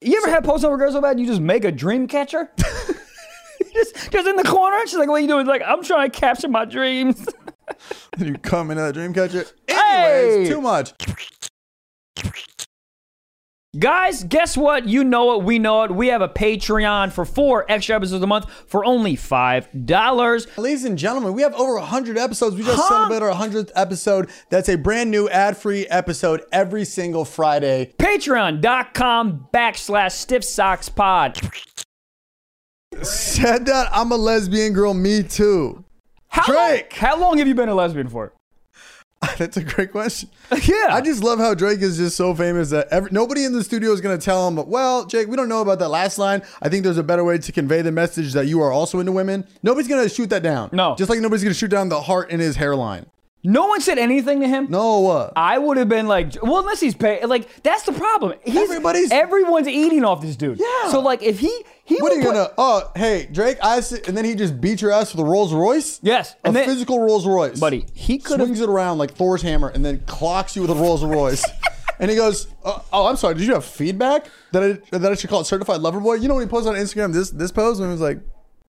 You ever had post over girl so bad you just make a dream catcher? just, just in the corner. She's like, "What are you doing?" Like, I'm trying to capture my dreams. you come into that dream catcher. Hey! Anyways, too much. Guys, guess what? You know it. We know it. We have a Patreon for four extra episodes a month for only five dollars. Ladies and gentlemen, we have over 100 episodes. We just Huh? celebrated our 100th episode. That's a brand new ad free episode every single Friday. Patreon.com backslash Stiff Socks Pod. Said that I'm a lesbian girl, me too. How Drake! Long, how long have you been a lesbian for? That's a great question. Yeah, I just love how Drake is just so famous that every, nobody in the studio is going to tell him, well, Jake, we don't know about that last line. I think there's a better way to convey the message that you are also into women. Nobody's going to shoot that down. No. Just like nobody's going to shoot down the heart in his hairline. no one said anything to him. No. Uh, I would have been like, well, unless he's paid. Like that's the problem. He's, Everybody's- everyone's eating off this dude. Yeah. So like, if he he what are would you put- going to, oh, hey, Drake, I see, and then he just beat your ass with a Rolls Royce? Yes, A and then- physical Rolls Royce. buddy, he could have swings it around like Thor's hammer and then clocks you with a Rolls Royce. and he goes, oh, "Oh, I'm sorry. Did you have feedback that I that I should call it certified lover boy?" You know when he posted on Instagram this this pose and he was like,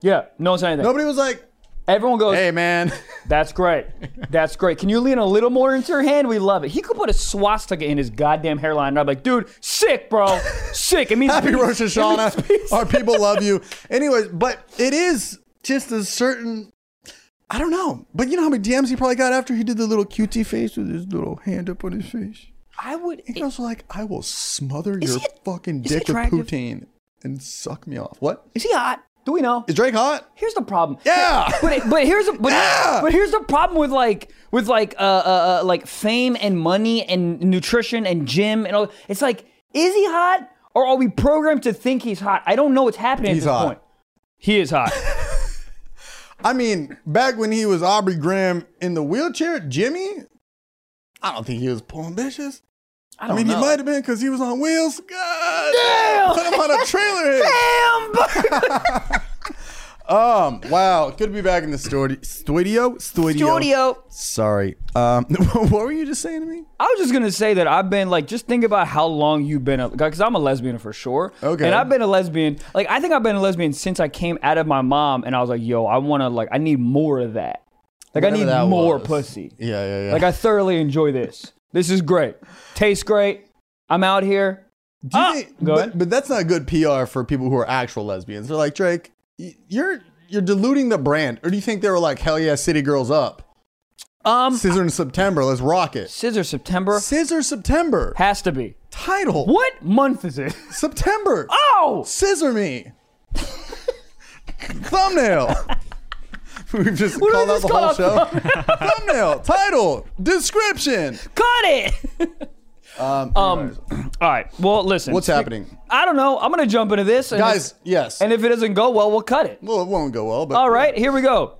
yeah, no one said anything. nobody was like, Everyone goes, "Hey, man." That's great. That's great. Can you lean a little more into your hand? We love it. He could put a swastika in his goddamn hairline, and I'm like, dude, sick, bro, sick. It means Happy peace. Rosh It means peace. Hashanah. Our people love you. Anyways, but it is just a certain. I don't know, but you know how many DMs he probably got after he did the little cutie face with his little hand up on his face. I would. He goes like, "I will smother Is your he- fucking is he dick with attractive? poutine and suck me off." What Is he hot? Do we know? is Drake hot? Here's the problem. Yeah. But it- but here's a, but, Yeah. but here's the problem with like with like uh, uh uh, like fame and money and nutrition and gym and all. It's like, is he hot or are we programmed to think he's hot? I don't know what's happening He's at this hot. point. He is hot. I mean, back when he was Aubrey Graham in the wheelchair, Jimmy, I don't think he was pulling bitches. I I don't mean, know. he might have been because he was on wheels. God, Damn! put him on a trailer. hitch. Damn. bro. Um, wow, good to be back in the studio. Studio, studio. Studio. Sorry. Um, what were you just saying to me? I was just gonna say that I've been like, just think about how long you've been a, because I'm a lesbian for sure. Okay. And I've been a lesbian, like I think I've been a lesbian since I came out of my mom, and I was like, yo, I wanna like, I need more of that. Like Whatever I that need more was. pussy. Yeah, yeah, yeah. Like I thoroughly enjoy this. This is great. Tastes great. I'm out here. Do you Ah, think, go but, ahead. but that's not good PR for people who are actual lesbians. They're like, Drake, y- you're you're diluting the brand. Or do you think they were like, hell yeah, City Girls up? Um, Scissor in September, let's rock it. Scissor September Scissor September. has to be. Title. What month is it? September. Oh, Scissor me. Thumbnail. We've just do called we just out the call whole out show. Thumbnail, title, description. cut it. Um, anyways. All right. Well, listen. what's Spe- happening, I don't know. I'm gonna jump into this, and guys? if- Yes. and if it doesn't go well, we'll cut it. well, it won't go well, but All right, here we go.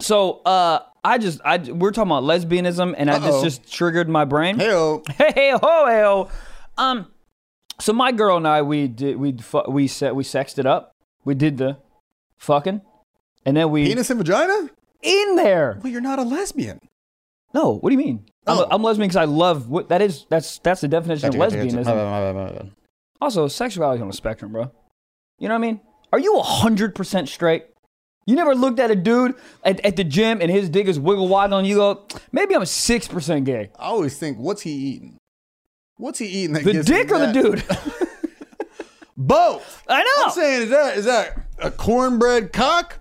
So, uh, I just I we're talking about lesbianism, and I Uh-oh. just just triggered my brain. Heyo. Hey, hey, ho, hey, ho. Um, so my girl and I we did we fu- we set we sexted up. We did the fucking, and then we Penis and vagina? in there. Well, you're not a lesbian. No, what do you mean? I'm, Oh. I'm lesbian because I love what that is. That's that's the definition of lesbianism. Also, sexuality on a spectrum, bro. You know what I mean? Are you 100% straight? You never looked at a dude at, at the gym and his dick is wiggle wide on you go, maybe I'm 6% gay. I always think, what's he eating? What's he eating? That The gives him dick or the that? dude? Uh, Both. I I'm know. saying, is that is that a cornbread cock?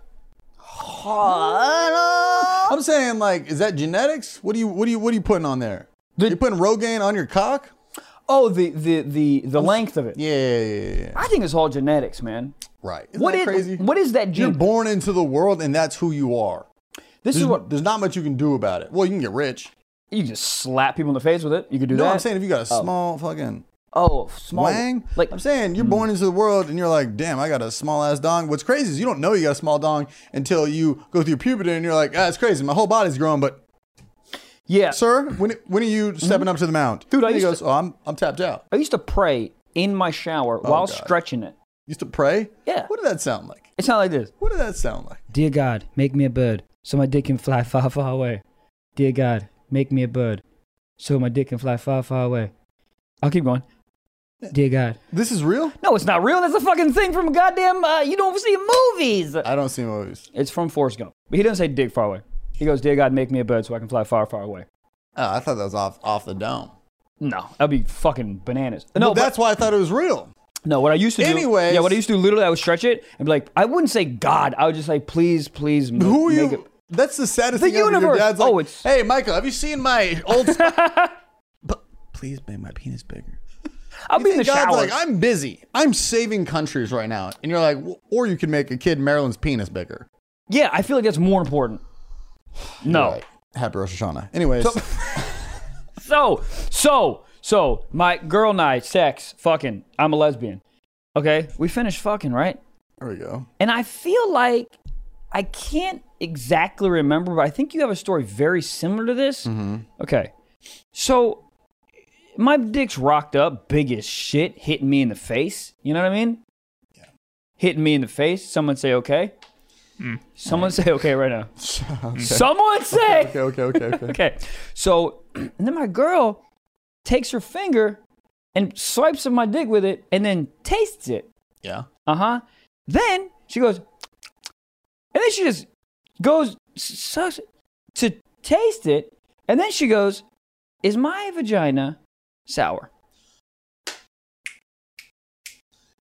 I know. I'm saying, like, is that genetics? What do you what do you what are you putting on there? The- You're putting Rogaine on your cock? Oh, the, the, the, the length of it. Yeah, yeah, yeah, yeah, yeah. I think it's all genetics, man. Right. Isn't What that is, crazy? what is that You're gene? born into the world, and that's who you are. This is There's, what there's not much you can do about it. Well, you can get rich. you can just slap people in the face with it. You could do No, that. I'm saying if you got a small fucking oh, small. Wang. Like Hmm. I'm saying, you're born into the world and you're like, damn, I got a small ass dong. What's crazy is you don't know you got a small dong until you go through puberty and you're like, ah, it's crazy. My whole body's growing, but yeah. Mm-hmm. sir, when when are you stepping up to the mound? Dude, I And he used goes, oh, I'm I'm tapped out. I used to pray in my shower while Oh, God. stretching it. Used to pray. Yeah. What did that sound like? It's not like this. What did that sound like? Dear God, make me a bird so my dick can fly far, far away. Dear God, make me a bird so my dick can fly far, far away. I'll keep going. Dear God. This is real? No, it's not real. That's a fucking thing from goddamn. Uh, you don't see movies. I don't see movies. It's from Forrest Gump, but he doesn't say "dig far away." He goes, "Dear God, make me a bird so I can fly far, far away." Oh, I thought that was off off the dome. No, that'd be fucking bananas. No, Well, but- that's why I thought it was real. No, what I used to do. Anyways. yeah, what I used to do. Literally, I would stretch it and be like, I wouldn't say God. I would just say, please, please. ma- Who are make you? it- That's the saddest The thing. ever. Your universe. dad's like, Oh, it's- hey, Michael, have you seen my old? sp- but please make my penis bigger. I'll be in the God's shower. like, I'm busy. I'm saving countries right now, and you're like, "Well, or you can make a kid Maryland's penis bigger. yeah, I feel like that's more important. No. Right. Happy Rosh Hashanah. Anyways, So, so, so, my girl night, sex, fucking. I'm a lesbian. Okay, we finished fucking, right? there we go. And I feel like I can't exactly remember, but I think you have a story very similar to this. Mm-hmm. Okay. So my dick's rocked up, big as shit, hitting me in the face. You know what I mean? Yeah. Hitting me in the face. Someone say okay. Mm. Someone say okay right now. Someone say Okay, okay, okay, okay. okay. So and then my girl takes her finger and swipes at my dick with it and then tastes it. yeah. Uh huh. Then she goes, and then she just goes s- sucks it to taste it, and then she goes, "Is my vagina sour?"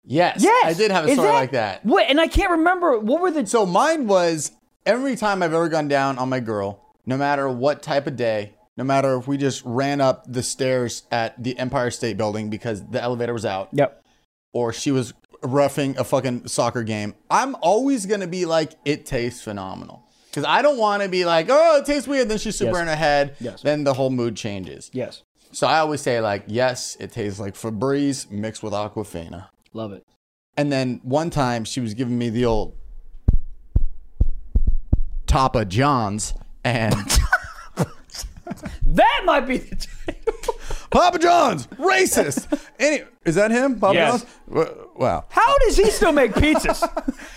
Yes. Yes, I did have a is story like that. What? And I can't remember what were the. So mine was every time I've ever gone down on my girl, no matter what type of day, no matter if we just ran up the stairs at the Empire State Building because the elevator was out Yep. or she was roughing a fucking soccer game, I'm always going to be like, it tastes phenomenal. Because I don't want to be like, oh, it tastes weird. Then she's super Yes. in her head. Yes. Then the whole mood changes. Yes. So I always say, like, yes, it tastes like Febreze mixed with Aquafina. Love it. And then one time she was giving me the old top of John's and That might be. The Papa John's racist. Any is that him? Papa Yes. John's? W- Wow. How does he still make pizzas?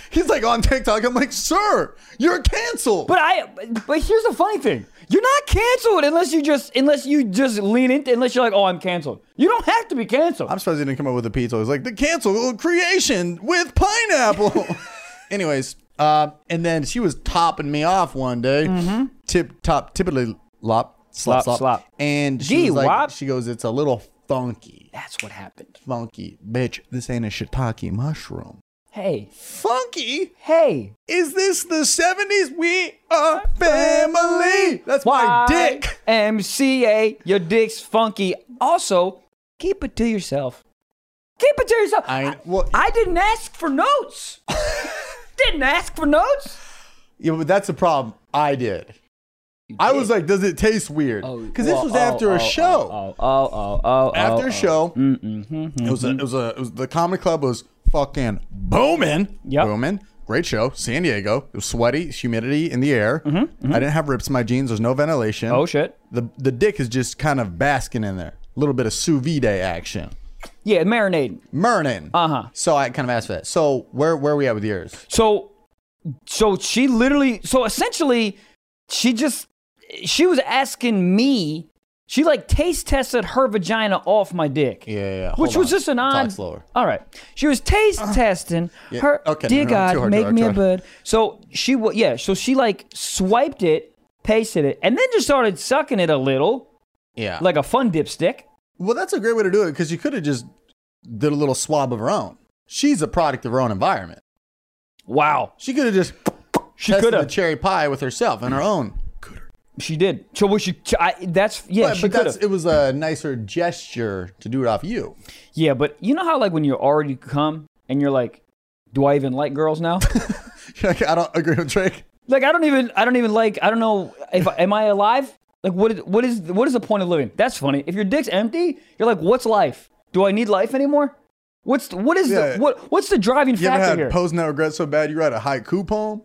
He's like on TikTok. I'm like, sir, you're canceled. but I. But here's the funny thing: you're not canceled unless you just unless you just lean into unless you're like, "Oh, I'm canceled." You don't have to be canceled. I'm surprised he didn't come up with a pizza. He's like the cancel creation with pineapple. Anyways, uh, and then she was topping me off one day, tip top, typically lop slop Slop, slop, slop. and Gee, she was like, wop. she goes, it's a little funky. That's what happened. funky. Bitch, this ain't a shiitake mushroom. Hey, Funky? hey. Is this the 70s? We are family. That's my dick. MCA, your dick's funky. Also, keep it to yourself. Keep it to yourself. I- well- I didn't ask for notes. didn't ask for notes. Yeah, but that's the problem. I did. I was like, does it taste weird? Because Oh, this was after a show. Oh, oh, oh, oh. after oh, a show, Mm-hmm. it was a, it was a it was the comedy club was fucking booming, Yep. booming. Great show, San Diego. It was sweaty, it's humidity in the air. I didn't have rips in my jeans. There's no ventilation. Mm-hmm, Oh, shit. The the dick is just kind of basking in there. A little bit of sous vide action. Yeah, marinating. Mernin. Uh huh. So I kind of asked for that. So where where are we at with yours? So, so she literally, so essentially, she just, she was asking me. She like taste tested her vagina off my dick. Yeah, yeah. yeah. Hold Which was on. just an Talk odd. slower. All right, she was taste testing yeah, her. okay, Okay, dear no, no, God, too hard, too make hard, me too a hard. bird. So she, wa- yeah, so she like swiped it, pasted it, and then just started sucking it a little, Yeah. Like like a fun dipstick. well, that's a great way to do it because you could have just did a little swab of her own. She's a product of her own environment. Wow, She could have just she tested could the have. cherry pie with herself and her own. She did. So was she? I, that's yeah. but she but could that's have. it was a nicer gesture to do it off you. Yeah, but you know how like when you're already come and you're like, do I even like girls now? You're like, I don't agree with Drake. like I don't even I don't even like I don't know if I- am I alive? Like what is what is what is the point of living? That's funny. If your dick's empty, you're like, what's life? Do I need life anymore? What's the, what is Yeah. the what what's the driving You ever factor had here? pose no regret so bad you write a haiku poem?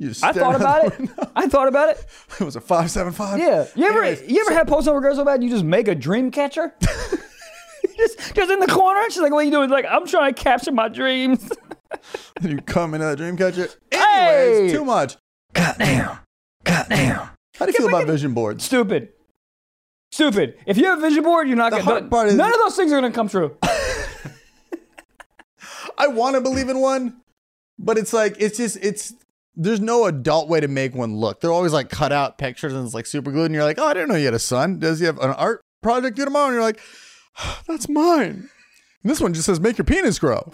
You I thought about it. I thought about it. it was a five seven five. Yeah. You ever you ever had post over girls so bad you just make a dream catcher? just just in the corner. She's like, what are you doing? Like I'm trying to capture my dreams. you come into that dream catcher. Hey! Anyways, too much. Goddamn. Goddamn. How do you feel about vision boards? Stupid. Stupid. If you have a vision board, you're not The gonna. hard part is- none of those things are gonna come true. I want to believe in one, but it's like it's just it's there's no adult way to make one look. They're always like cut out pictures and it's like super glued, and you're like, oh, I didn't know you had a son. Does he have an art project due tomorrow? And you're like, "Ah, that's mine. And this one just says make your penis grow.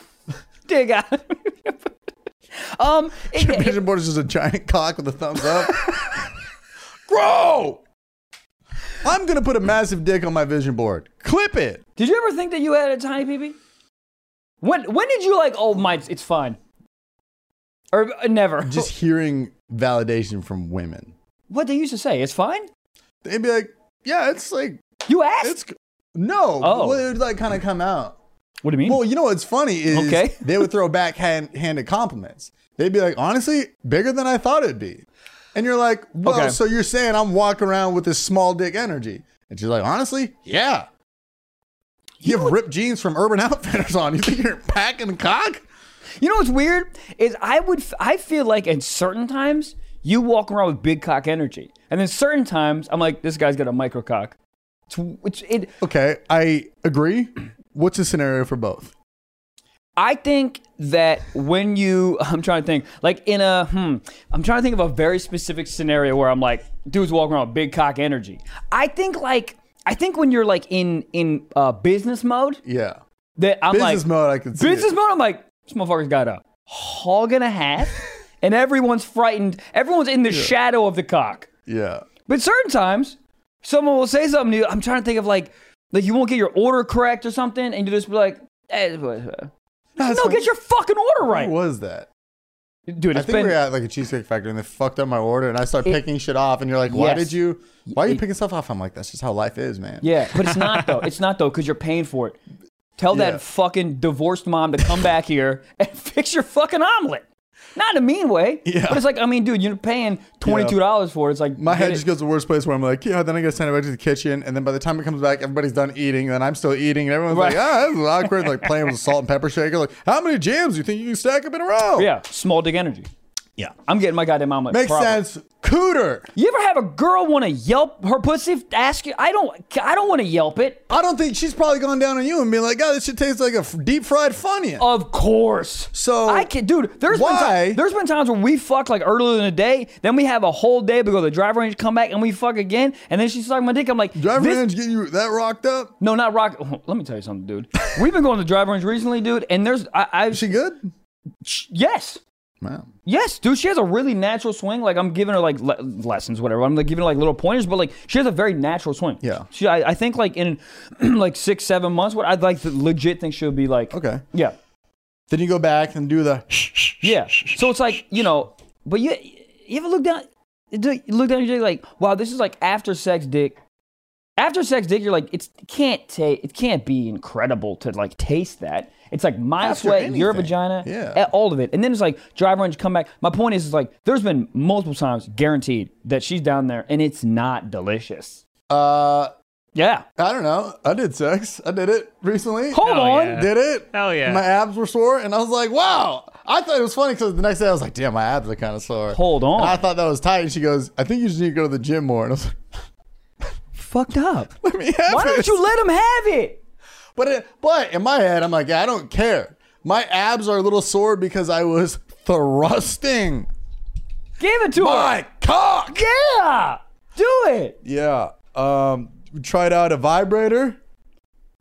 Dig out. um, it- Your it- vision board is just a giant cock with a thumbs up. grow. I'm gonna put a massive dick on my vision board. Clip it. did you ever think that you had a tiny peepee? When when did you like? Oh my, it's fine. Or uh, never. Just hearing validation from women. what they used to say, it's fine. They'd be like, yeah, it's like You asked. it's no. Oh. Well, it would like kind of come out. what do you mean? Well, you know what's funny is Okay. they would throw backhand handed compliments. They'd be like, honestly, bigger than I thought it'd be. And you're like, well, Okay. so you're saying I'm walking around with this small dick energy. And she's like, honestly, yeah. You have ripped jeans from Urban Outfitters on. You think you're packing cock? You know what's weird is I would f- I feel like at certain times you walk around with big cock energy, and then certain times I'm like this guy's got a micro cock. It's, it's it. Okay, I agree. What's the scenario for both? I think that when you I'm trying to think like in a hmm I'm trying to think of a very specific scenario where I'm like dude's walking around with big cock energy. I think like I think when you're like in in uh, business mode Yeah. that I'm Business like mode, I can see. business it. mode. I'm like, this motherfucker's got a hog and a half, and everyone's frightened. Everyone's in the shadow of the cock. Yeah. But certain times, someone will say something to you. I'm trying to think of like, like you won't get your order correct or something, and you just be like, eh, blah, blah. That's no, what- get your fucking order What right, was that? dude. I It's think we been were at like a cheesecake factory and they fucked up my order and I started picking shit off and you're like, why Yes. did you? Why are you It- picking stuff off? I'm like, that's just how life is, man. yeah, but it's not though. It's not though because you're paying for it. Tell Yeah. that fucking divorced mom to come back here and fix your fucking omelet. Not in a mean way, Yeah. but it's like I mean, dude, you're paying twenty two dollars for it. It's like My get head it. just goes to the worst place where I'm like, yeah, then I gotta send it back to the kitchen. And then by the time it comes back, everybody's done eating. And then I'm still eating. And everyone's like, Right. ah, this is awkward. like playing with a salt and pepper shaker. Like, how many jams do you think you can stack up in a row? Yeah, small dick energy. Yeah. I'm getting my goddamn omelet. Makes probably. sense. Cooter. You ever have a girl want to Yelp her pussy? Ask you. I don't. I don't want to Yelp it. I don't think she's probably gone down on you and been like, God, this shit tastes like a f- deep fried funyun. Of course. So, I can, dude. There's why- been times, there's been times where we fuck like earlier in the day, then we have a whole day to go to the driver range, come back, and we fuck again, and then she's sucking my dick. I'm like, Driver this- range getting you that rocked up? No, not rock. oh, Let me tell you something, dude. We've been going to the driver range recently, dude, and there's I, I Is she good? yes. Wow. Yes, dude, she has a really natural swing. Like I'm giving her like le- lessons, whatever. I'm like giving her like little pointers, but like she has a very natural swing. Yeah. she. I, I think like in like six, seven months, what I'd like to legit think she'll be like. Okay. Yeah, Then you go back and do the. yeah. So it's like you know, but you you ever look down, you look down your dick like, wow, this is like after sex dick. After sex dick, you're like, it's it can't ta- it can't be incredible to like taste that. It's like my After sweat, your anything. vagina, Yeah. a- all of it. And then it's like drive range, come back. My point is, is like there's been multiple times, guaranteed, that she's down there and it's not delicious. Uh, Yeah. I don't know. I did sex. I did it recently. Hold Hell on. yeah. Did it? Hell yeah. My abs were sore, and I was like, "Wow!" I thought it was funny because the next day I was like, "Damn, my abs are kind of sore." Hold And on. I thought that was tight, and she goes, "I think you just need to go to the gym more." And I was like, Fucked up. "Let me have Why don't this." you let him have it? But it, but in my head, I'm like, I don't care. My abs are a little sore because I was thrusting Give it to her. my cock. Yeah. Do it. Yeah. Um, we tried out a vibrator.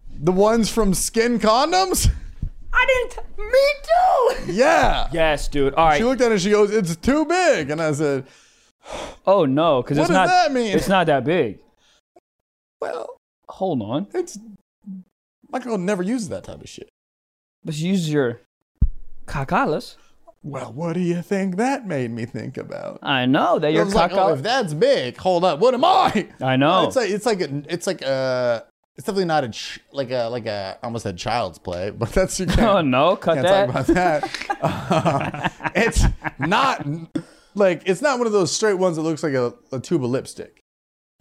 The ones from skin condoms. I didn't. Me too. Yeah. Yes, dude. All right. She looked at it and she goes, It's too big. And I said, Oh no, because What it's does not. that mean? It's not that big. Well, Hold on. it's. My girl never uses that type of shit. Let's use your cacalas. Well, what do you think that made me think about? I know that I your was like, oh, cacalas. if that's big, hold up, what am I? I know. It's like it's like a, it's like a it's definitely not a ch- like a like a I almost said child's play, but that's you can't, oh no, cut can't that. talk about that. Um, it's not like it's not one of those straight ones that looks like a, a tube of lipstick.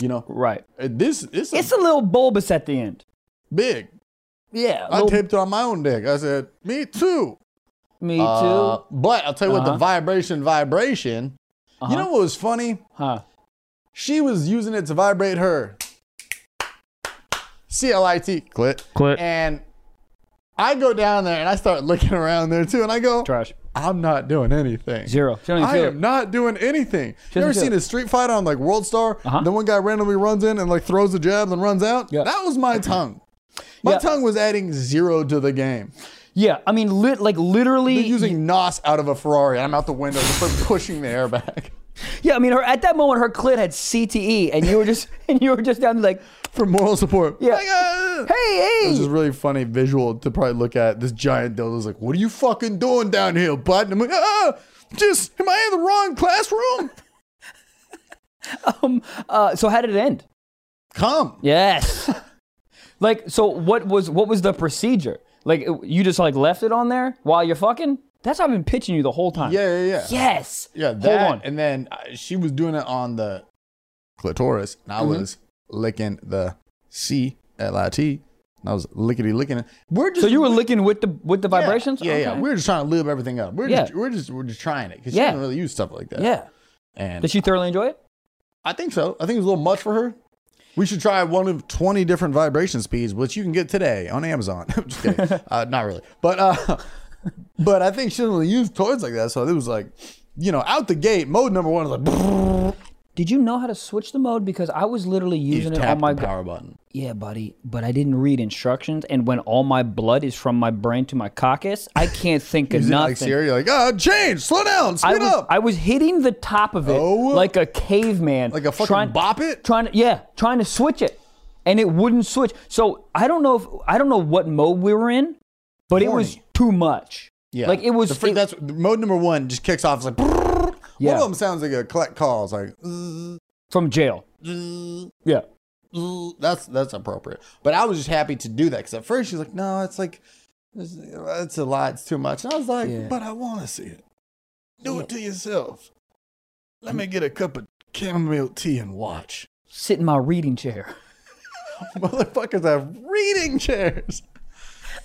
You know, right. Uh, this this It's is a little bulbous at the end. big. Yeah. I little- taped it on my own dick. I said, me too. me too. Uh, but I'll tell you what, the Uh-huh. vibration, vibration. Uh-huh. You know what was funny? huh. She was using it to vibrate her. C L I T clit. Clit. And I go down there and I start looking around there too, and I go, Trash. I'm not doing anything. Zero. She don't even I feel it. am not doing anything. She doesn't You ever feel seen it. a street fight on like World Star? Uh-huh. Then one guy randomly runs in and like throws a jab and runs out. Yeah. That was my tongue. My Yeah. tongue was adding zero to the game. Yeah, I mean, lit like literally. They're using nos out of a Ferrari. I'm out the window just pushing the air back yeah, I mean, her at that moment, her clit had CTE, and you were just and you were just down there like, for moral support. Yeah. Like, uh, hey, It's hey. just really funny visual to probably look at. This giant dildo's like, "What are you fucking doing down here, bud?" And I'm like, "Ah, just am I in the wrong classroom? Um, uh, so how did it end? Come." Yes. like, so what was what was the procedure? Like, it- you just like left it on there while you're fucking. That's how I've been pitching you the whole time. Yeah, yeah, yeah. Yes. Yeah, that, Hold on. And then uh, she was doing it on the clitoris, and I Mm-hmm. was licking the C L I T. And I was lickety licking it. We're just So you were licking with the with the vibrations. Yeah, yeah. Okay. We're just trying to lube everything up. We're just Yeah. we're just we're just trying it because she Yeah. doesn't really use stuff like that. yeah. and Did she thoroughly enjoy it? I think so. I think it was a little much for her. We should try one of 20 different vibration speeds, which you can get today on Amazon. I'm just kidding. uh, not really. But uh, but I think she doesn't really use toys like that. So it was like, you know, out the gate, mode number one is like, Did you know how to switch the mode? Because I was literally you using it tap on my the power button. Yeah, buddy, but I didn't read instructions, and when all my blood is from my brain to my caucus, I can't think of Is it like nothing. Siri? You're like, ah, change, slow down, I speed was, up. I was hitting the top of it Oh. like a caveman, like a fucking trying, bop it. trying to yeah, trying to switch it, and it wouldn't switch. So I don't know if I don't know what mode we were in, but it was Horny. too much. Yeah. like it was. The fr- it- that's mode number one just kicks off. It's like, one Yeah. of them sounds like a collect call. It's like, zzz, from jail. zzz. Yeah, that's that's appropriate. But I was just happy to do that because at first she's like, no, it's like it's, it's a lot, it's too much. And I was like, Yeah. but I want to see it. Do it to yourself. Let me get a cup of chamomile tea and watch. sit in my reading chair. Motherfuckers have reading chairs.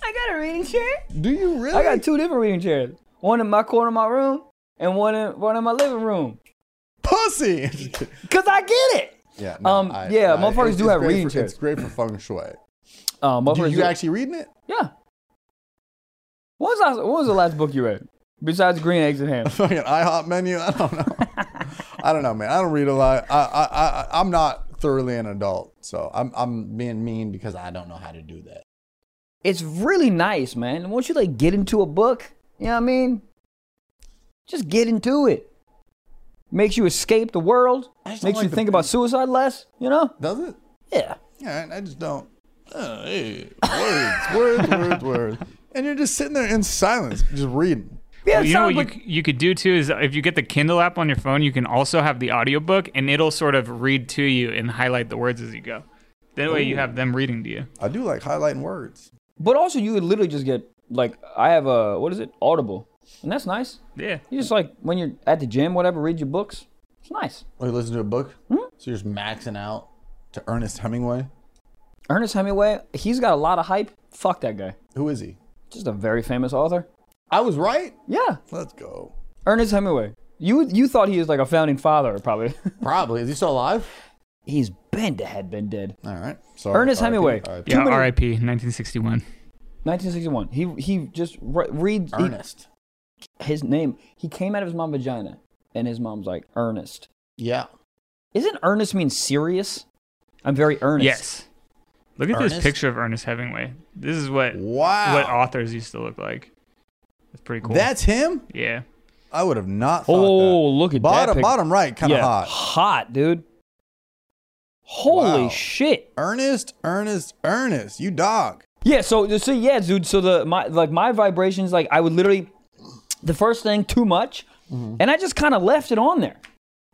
I got a reading chair. Do you really? I got two different reading chairs. One in my corner of my room, and one in one in my living room. pussy. Cause I get it. yeah. Um, yeah, motherfuckers do it's have great reading for- chairs. It's great for feng shui. Um, Do motherfuckers you do- actually reading it? yeah. What was, last, what was the last book you read besides Green Eggs and Ham? fucking IHOP menu. I don't know. I don't know, man. I don't read a lot. I, I, I, I'm not thoroughly an adult, so I'm, I'm being mean because I don't know how to do that. It's really nice, man. Once you like get into a book, you know what I mean? Just get into it. Makes you escape the world. I Makes just don't like you the think about suicide less. You know? Does it? Yeah. Yeah, I I just don't. Oh, hey, words, words, words, words. And you're just sitting there in silence, just reading. Yeah. Well, it you know sounds what you, like- c- you could do too is if you get the Kindle app on your phone, you can also have the audiobook and it'll sort of read to you and highlight the words as you go. That way you have them reading to you. I do like highlighting words. but also, you would literally just get like I have a what is it? Audible, and that's nice. Yeah. You just like when you're at the gym, whatever, read your books. It's nice. Oh, you listen to a book? Hmm? So you're just maxing out to Ernest Hemingway? Ernest Hemingway, he's got a lot of hype. Fuck that guy. Who is he? Just a very famous author. I was right. Yeah, Let's go. Ernest Hemingway. You you thought he was like a founding father, probably. Probably. Is he still alive? He's been to had been dead. All right. Sorry. Ernest RIP. Hemingway. RIP. Yeah, many- RIP 1961. 1961. He he just re- reads he- Ernest. his name. He came out of his mom's vagina, and his mom's like Ernest. Yeah. Isn't Ernest mean serious? I'm very earnest. Yes. Look at Ernest? this picture of Ernest Hemingway. This is what Wow. what authors used to look like. It's pretty cool. That's him? yeah. I would have not thought Oh, look that. at that. Bottom, pic- bottom right, kind of Yeah, hot. Hot, dude. Holy Wow. shit. Ernest, Ernest, Ernest, you dog. Yeah, so so yeah, dude. So the my like my vibrations, like I would literally the first thing too much, Mm-hmm. and I just kind of left it on there,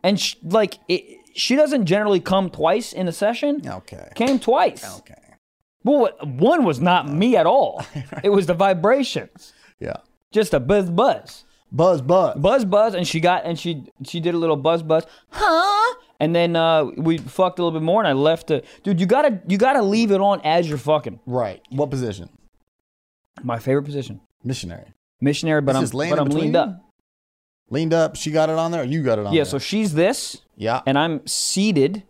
and sh- like it, she doesn't generally come twice in a session. Okay. Came twice. Okay. Oh. Well, what- one was not me at all. It was the vibrations, Yeah. just a buzz, buzz, Buzz, buzz. buzz, buzz, and she got and she she did a little buzz, buzz, huh? And then uh, we fucked a little bit more, and I left the dude. You gotta you gotta leave it on as you're fucking. Right. What position? My favorite position, Missionary. missionary, but It's I'm just laying but in I'm leaned between? up. Leaned up. She got it on there. Or you Oh, got it on Yeah, there. so she's this, yeah. and I'm seated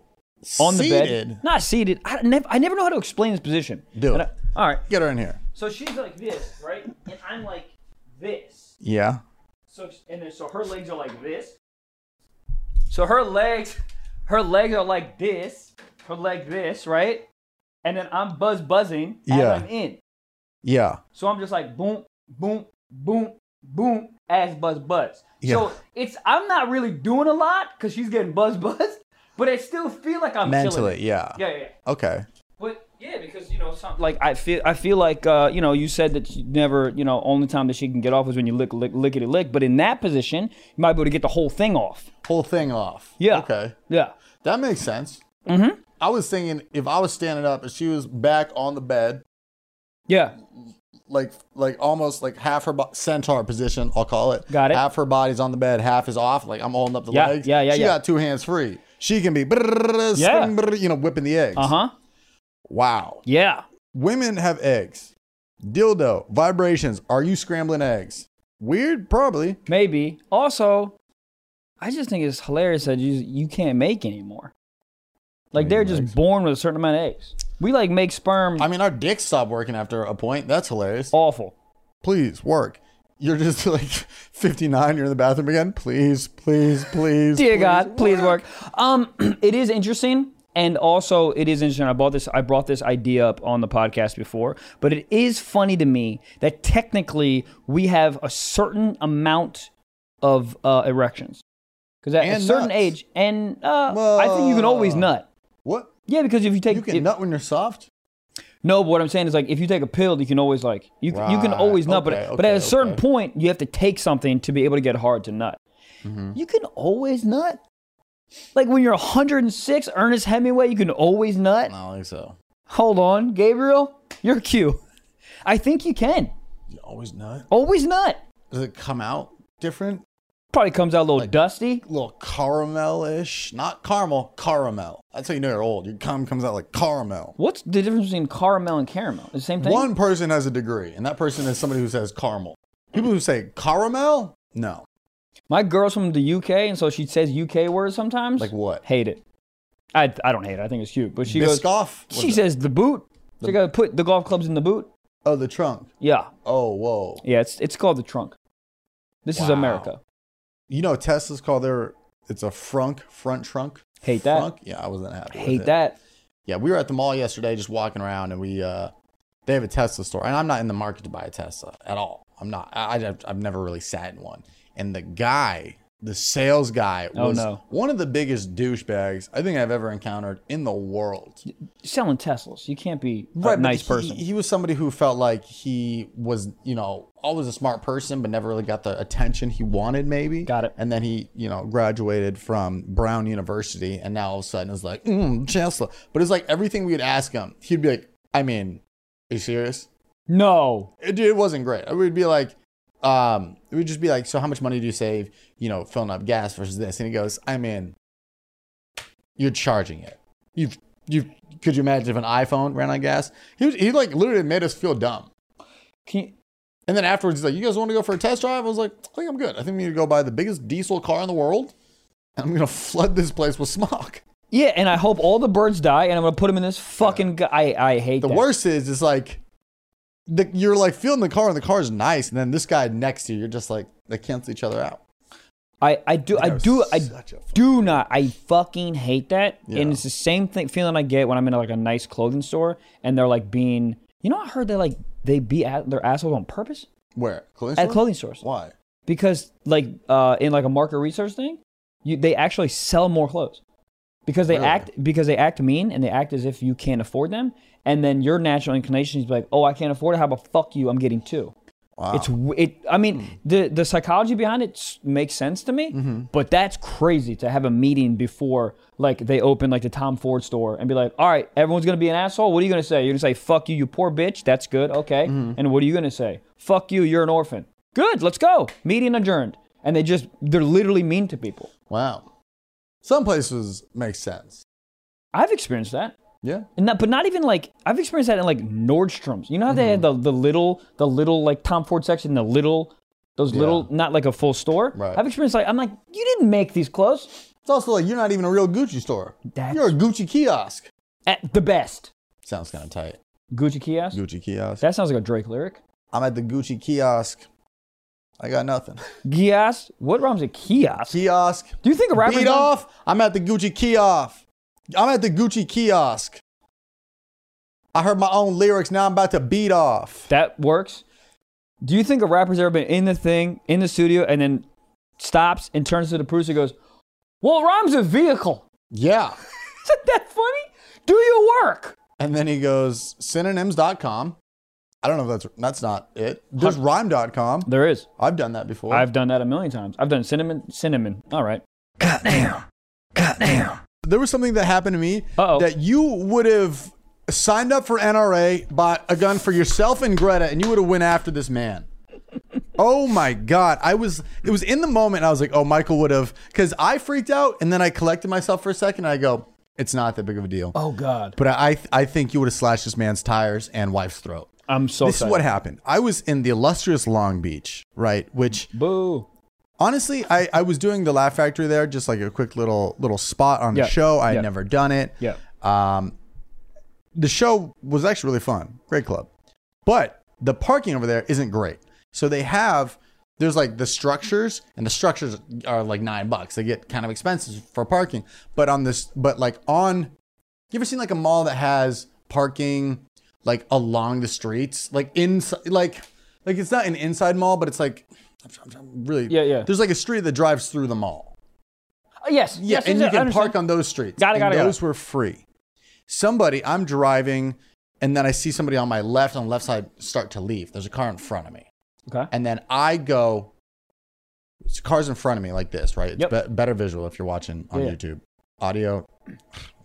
on the Seated. bed. Not seated. I never, I never know how to explain this position. Do And it. I- all right. Get her in here. So she's like this, right? And I'm like this. Yeah. So and then so her legs are like this. So her legs, her legs are like this. Her leg this, right? And then I'm buzz buzzing as Yeah. I'm in. Yeah. So I'm just like boom, boom, boom, boom, ass buzz buzz. Yeah. So it's I'm not really doing a lot because she's getting buzz buzzed, but I still feel like I'm chilling. Mentally, yeah. Yeah, yeah, yeah. Okay. But yeah, because you know, some, like I feel, I feel like uh, you know, you said that you never, you know, only time that she can get off is when you lick, lick, lickety lick. But in that position, you might be able to get the whole thing off. Whole thing off. Yeah. Okay. Yeah. That makes sense. Mm-hmm. I was thinking if I was standing up and she was back on the bed, Yeah. like like almost like half her bo- centaur position, I'll call it. Got it. Half her body's on the bed, half is off. Like I'm holding up the Yeah, legs. yeah, yeah, She yeah. got two hands free. She can be, brrrr, Yeah. swing, brrrr, you know, whipping the eggs. Uh huh. Wow. Yeah. Women have eggs. Dildo, vibrations. Are you scrambling eggs? Weird, probably. Maybe. Also, I just think it's hilarious that you you can't make anymore. Like they're just born with a certain amount of eggs. We like make sperm I mean, our dicks stop working after a point. That's hilarious. awful. Please work. You're just like 59. You're in the bathroom again. Please, please, please. Dear please God, please work. Um, it is interesting, and also it is interesting. I bought this. I brought this idea up on the podcast before, but it is funny to me that technically we have a certain amount of uh, erections because at a And certain nuts. age, and uh, I think you can always Whoa. nut. What? Yeah, because if you take You can if- nut when you're soft? no, but what I'm saying is like if you take a pill, you can always like you can you can Right. always nut, but Okay, but at okay, a certain okay. point you have to take something to be able to get hard to nut. Mm-hmm. You can always nut. Like when you're 106, Ernest Hemingway, you can always nut. I don't think so. Hold on, Gabriel, you're cute. I think you can You always nut? always nut. Does it come out different? Probably comes out a little dusty. A little caramel ish. Not caramel, caramel. That's how you know you're old. Your cum comes out like caramel. What's the difference between caramel and caramel? The same thing. One person has a degree, and that person is somebody who says caramel. People who say caramel, no. My girl's from the UK, and so she says UK words sometimes. Like what? Hate it. I, I don't hate it. I think it's cute, but she goes. Biscoff? What She is it? says the boot. She gotta put the golf clubs in the boot. Oh, the trunk. Yeah, Oh, whoa. yeah. It's it's called the trunk. This is Wow. America. You know, Tesla's call their it's a frunk front trunk. Hate that. Frunk? Yeah, I wasn't happy. with Hate it. that. Yeah, we were at the mall yesterday, just walking around, and we uh, they have a Tesla store, and I'm not in the market to buy a Tesla at all. I'm not. I, I I've never really sat in one. And the guy, the sales guy, Oh, was no. one of the biggest douchebags I think I've ever encountered in the world. selling Teslas. You can't be a Right, but e- nice he- person. He was somebody who felt like he was, you know, always a smart person, but never really got the attention he wanted, maybe. Got it. And then he, you know, graduated from Brown University and now all of a sudden is like, mm, Tesla. But it's like everything we would ask him, he'd be like, I mean, are you serious? no. It, it wasn't great. We'd be like, um, it would just be like, so how much money do you save, you know, filling up gas versus this? And he goes, I mean, you're charging it. You've, you could you imagine if an iPhone ran on gas? He, was, he like literally made us feel dumb. Can you, And then afterwards, he's like, you guys want to go for a test drive? I was like, I think I'm good. I think we need to go buy the biggest diesel car in the world. And I'm going to flood this place with smog. yeah, and I hope all the birds die, and I'm gonna put them in this fucking. gu- I I hate The that. worst is, it's like, the, you're like feeling the car and the car's nice. And then this guy next to you, you're just like, they cancel each other out. I I do I was do I such a fucking do not I fucking hate that. Yeah. And it's the same thing feeling I get when I'm in like a nice clothing store and they're like being. You know, I heard they like they be at their assholes on purpose Where? Clothing at store? clothing stores Why? because like uh in like a market research thing, you they actually sell more clothes. Because they Really? act because they act mean and they act as if you can't afford them, and then your natural inclination is like, oh, I can't afford it. How about fuck you? I'm getting two. Wow. It's w- it. I mean, the the psychology behind it s- makes sense to me, but that's crazy to have a meeting before like they open like the Tom Ford store and be like, all right, everyone's gonna be an asshole. What are you gonna say? You're gonna say fuck you, you poor bitch. That's good, okay. And what are you gonna say? Fuck you, you're an orphan. Good, let's go. Meeting adjourned. And they just they're literally mean to people. wow. Some places make sense. I've experienced that. Yeah. And that, but not even like I've experienced that in like Nordstrom's. You know how they had the, Mm-hmm. the little the little like Tom Ford section, the little those little not like a full store. Right. I've experienced like I'm like you didn't make these clothes It's also like you're not even a real Gucci store. That's- you're a Gucci kiosk. at the best. Sounds kind of tight. Gucci kiosk. Gucci kiosk. That sounds like a Drake lyric. I'm at the Gucci kiosk. I got nothing. Kiosk. What rhymes with kiosk? Kiosk. Do you think a rapper? Beat off. I'm at the Gucci kiosk. I'm at the Gucci kiosk. I heard my own lyrics. Now I'm about to beat off. That works. Do you think a rapper's ever been in the thing in the studio and then stops and turns to the producer and goes, "Well, it rhymes with vehicle." Yeah. Isn't that funny? Do your work. And then he goes synonyms.com. I don't know if that's that's not it. There's rhyme.com. There is. I've done that before. I've done that a million times. I've done cinnamon, cinnamon. All right. Goddamn. Goddamn. there was something that happened to me Uh-oh. that you would have signed up for NRA, bought a gun for yourself and Greta, and you would have went after this man. oh my god! I was it was in the moment. and I was like, oh, Michael would have because I freaked out, and then I collected myself for a second. And I go, it's not that big of a deal. Oh God. But I I think you would have slashed this man's tires and wife's throat. I'm so. This is excited. what happened. I was in the illustrious Long Beach, right? Which Boo. honestly, I, I was doing the Laugh Factory there, just like a quick little little spot on Yeah. the show. I had Yeah. never done it. Yeah. Um, the show was actually really fun. Great club. But the parking over there isn't great. So they have, there's like the structures, and the structures are like nine bucks. They get kind of expensive for parking. But on this, but like on, you ever seen like a mall that has parking like along the streets? Like inside, like, like it's not an inside mall, but it's like, I'm, I'm- I'm really, Yeah, yeah. There's like a street that drives through the mall. Uh, yes. Yeah, yes, yes, and you yes, I can understand. park on those streets. Got it, and got it, got Those were free. Somebody, I'm driving, and then I see somebody on my left, on the left side, start to leave. There's a car in front of me, Okay. and then I go. It's cars in front of me like this, right? It's Yep. be- better visual if you're watching on Yeah. YouTube. Audio, I'm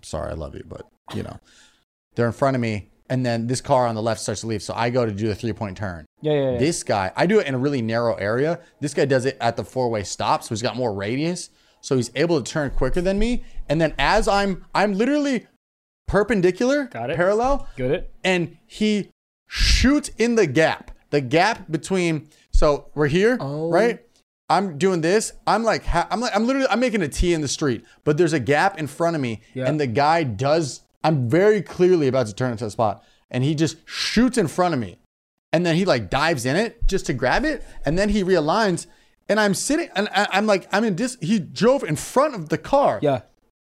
sorry, I love you, but you know, they're in front of me, and then this car on the left starts to leave. So I go to do the three point turn. Yeah, yeah, yeah. This guy, I do it in a really narrow area. This guy does it at the four way stop, so he's got more radius, so he's able to turn quicker than me. And then as I'm, I'm literally perpendicular, Got it. parallel, Good it. and he shoots in the gap, the gap between. So we're here, Oh. right? I'm doing this. I'm like, ha- I'm like, I'm literally, I'm making a T in the street, but there's a gap in front of me, Yeah. and the guy does. I'm very clearly about to turn into a spot, and he just shoots in front of me, and then he like dives in it just to grab it, and then he realigns, and I'm sitting, and I, I'm like, I'm in dis. He drove in front of the car, Yeah.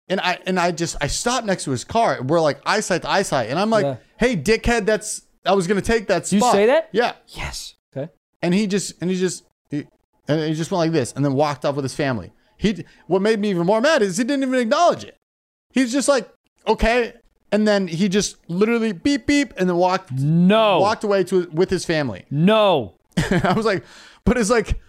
and I and I just I stopped next to his car. We're like eyesight to eyesight, and I'm like, Yeah. "Hey, dickhead, that's I was gonna take that You spot." say that? Yeah. Yes. Okay. And he just and he just he, and he just went like this, and then walked off with his family. He what made me even more mad is he didn't even acknowledge it. He's just like, "Okay," and then he just literally beep beep, and then walked No. walked away to with his family. No. I was like, "But it's like,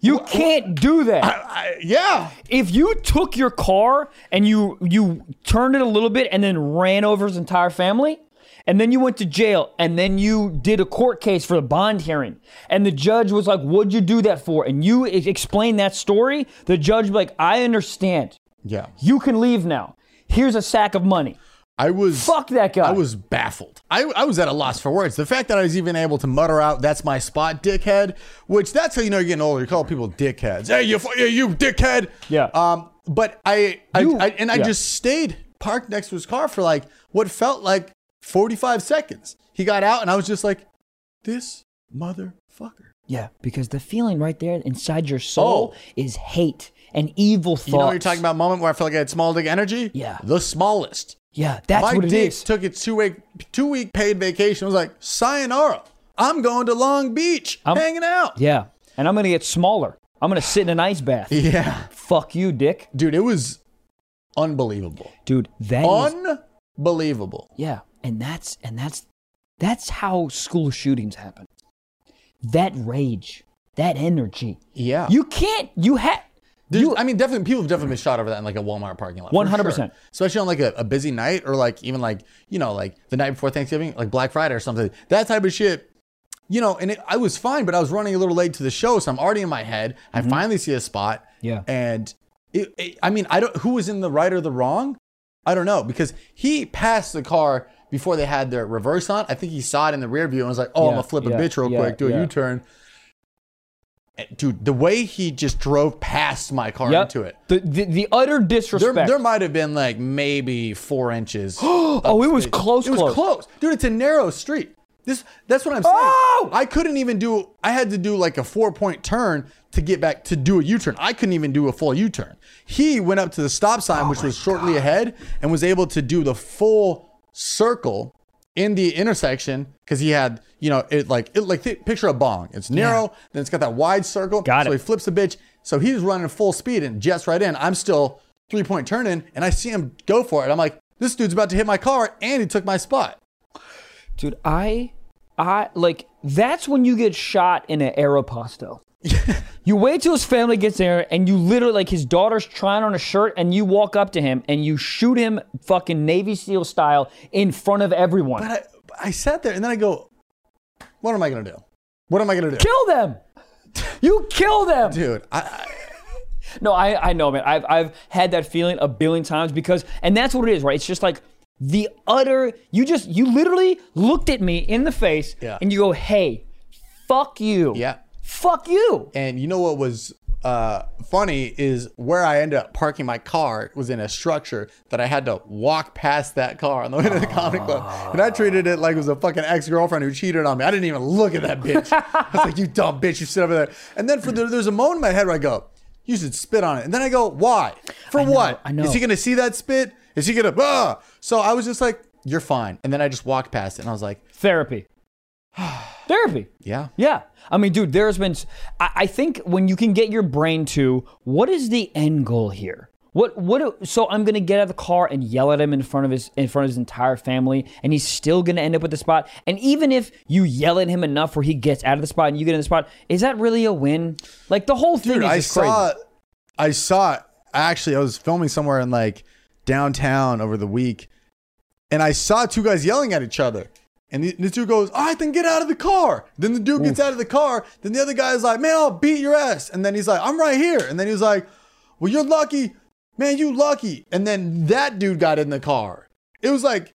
You can't do that. I, I, yeah, if you took your car and you you turned it a little bit and then ran over his entire family and then you went to jail and then you did a court case for the bond hearing and the judge was like what'd you do that for and you ex- explained that story the judge be like i understand yeah." you can leave now here's a sack of money I was fuck that guy I was baffled. I, I was at a loss for words. The fact that I was even able to mutter out, that's my spot, dickhead, which that's how you know you're getting older. You call people dickheads. Hey, you, fu- you, you dickhead. Yeah. Um, but I, I, You- I and I yeah. just stayed parked next to his car for like what felt like 45 seconds. He got out and I was just like, this motherfucker. yeah because the feeling right there inside your soul Oh. is hate and evil thoughts You know what you're talking about? Moment where I felt like I had small dick energy? Yeah. The smallest. yeah that's My what it dick is took a two week two week paid vacation. I was like, sayonara. I'm going to Long Beach, I'm- hanging out. yeah and i'm gonna get smaller i'm gonna sit in an ice bath Yeah, fuck you dick dude, it was unbelievable, dude that is- unbelievable. yeah and that's and that's that's how school shootings happen that rage that energy Yeah, you can't you have There's- you I mean, definitely people have definitely been shot over that in like a Walmart parking lot. for 100%. sure. especially on like a, a busy night or like even like you know like the night before Thanksgiving, like Black Friday or something. That type of shit. You know, and it, I was fine, but I was running a little late to the show, so I'm already in my head. I finally see a spot. Mm-hmm. yeah and it, it- I mean, I don't who was in the right or the wrong. I don't know because he passed the car before they had their reverse on. I think he saw it in the rear view and was like, "Oh, I'm Yeah, gonna flip yeah, a bitch real yeah, quick, do yeah. a U-turn." dude, the way he just drove past my car Yep. into it. The, the the utter There, disrespect. there might have been like maybe four inches. oh, it was close. It was close. close, dude. It's a narrow street. This that's what I'm saying. Oh! I couldn't even do. I had to do like a four point turn to get back to do a U turn. I couldn't even do a full U turn. He went up to the stop sign, Oh which was shortly ahead, and was able to do the full circle in the intersection because he had you know it like it like th- picture a bong. It's narrow, then it's got that wide circle. Got so it. he flips the bitch. So he's running full speed and jets right in. I'm still three point turning, and I see him go for it. I'm like, this dude's about to hit my car, and he took my spot. Dude, I, I like that's when you get shot in an Aeropostale. you wait till his family gets there, and you literally like his daughter's trying on a shirt, and you walk up to him and you shoot him fucking Navy SEAL style in front of everyone. But I, but I sat there and then I go, what am I gonna do? What am I gonna do, kill them. You kill them. dude? I, I, No, I, I know, man. I've, I've had that feeling a billion times because, and that's what it is, right? It's just like the utter, you just, you literally looked at me in the face Yeah. and you go, hey, fuck you. yeah. Fuck you. And you know what was uh, funny is where I ended up parking my car was in a structure that I had to walk past that car on the way to the comedy club, and I treated it like it was a fucking ex girlfriend who cheated on me. I didn't even look at that bitch. I was like, you dumb bitch, you sit over there. And then for the, there's a moment in my head where I go, you should spit on it, and then I go, why? For what? I know. Is he gonna see that spit? Is he gonna? Ah! So I was just like, you're fine. And then I just walked past it, and I was like, Therapy. Therapy. yeah. Yeah. I mean, dude, there's been. s- I, I think when you can get your brain to what is the end goal here? What what? do- So I'm gonna get out of the car and yell at him in front of his in front of his entire family, and he's still gonna end up with the spot. And even if you yell at him enough where he gets out of the spot and you get in the spot, is that really a win? Like the whole thing Dude, is I just crazy. saw, I saw. Actually, I was filming somewhere in like downtown over the week, and I saw two guys yelling at each other. And the, the dude goes, "All right, then get out of the car." Then the dude gets out of the car. Then the other guy is like, "Man, I'll beat your ass." And then he's like, "I'm right here." And then he was like, "Well, you're lucky, man. You lucky." And then that dude got in the car. It was like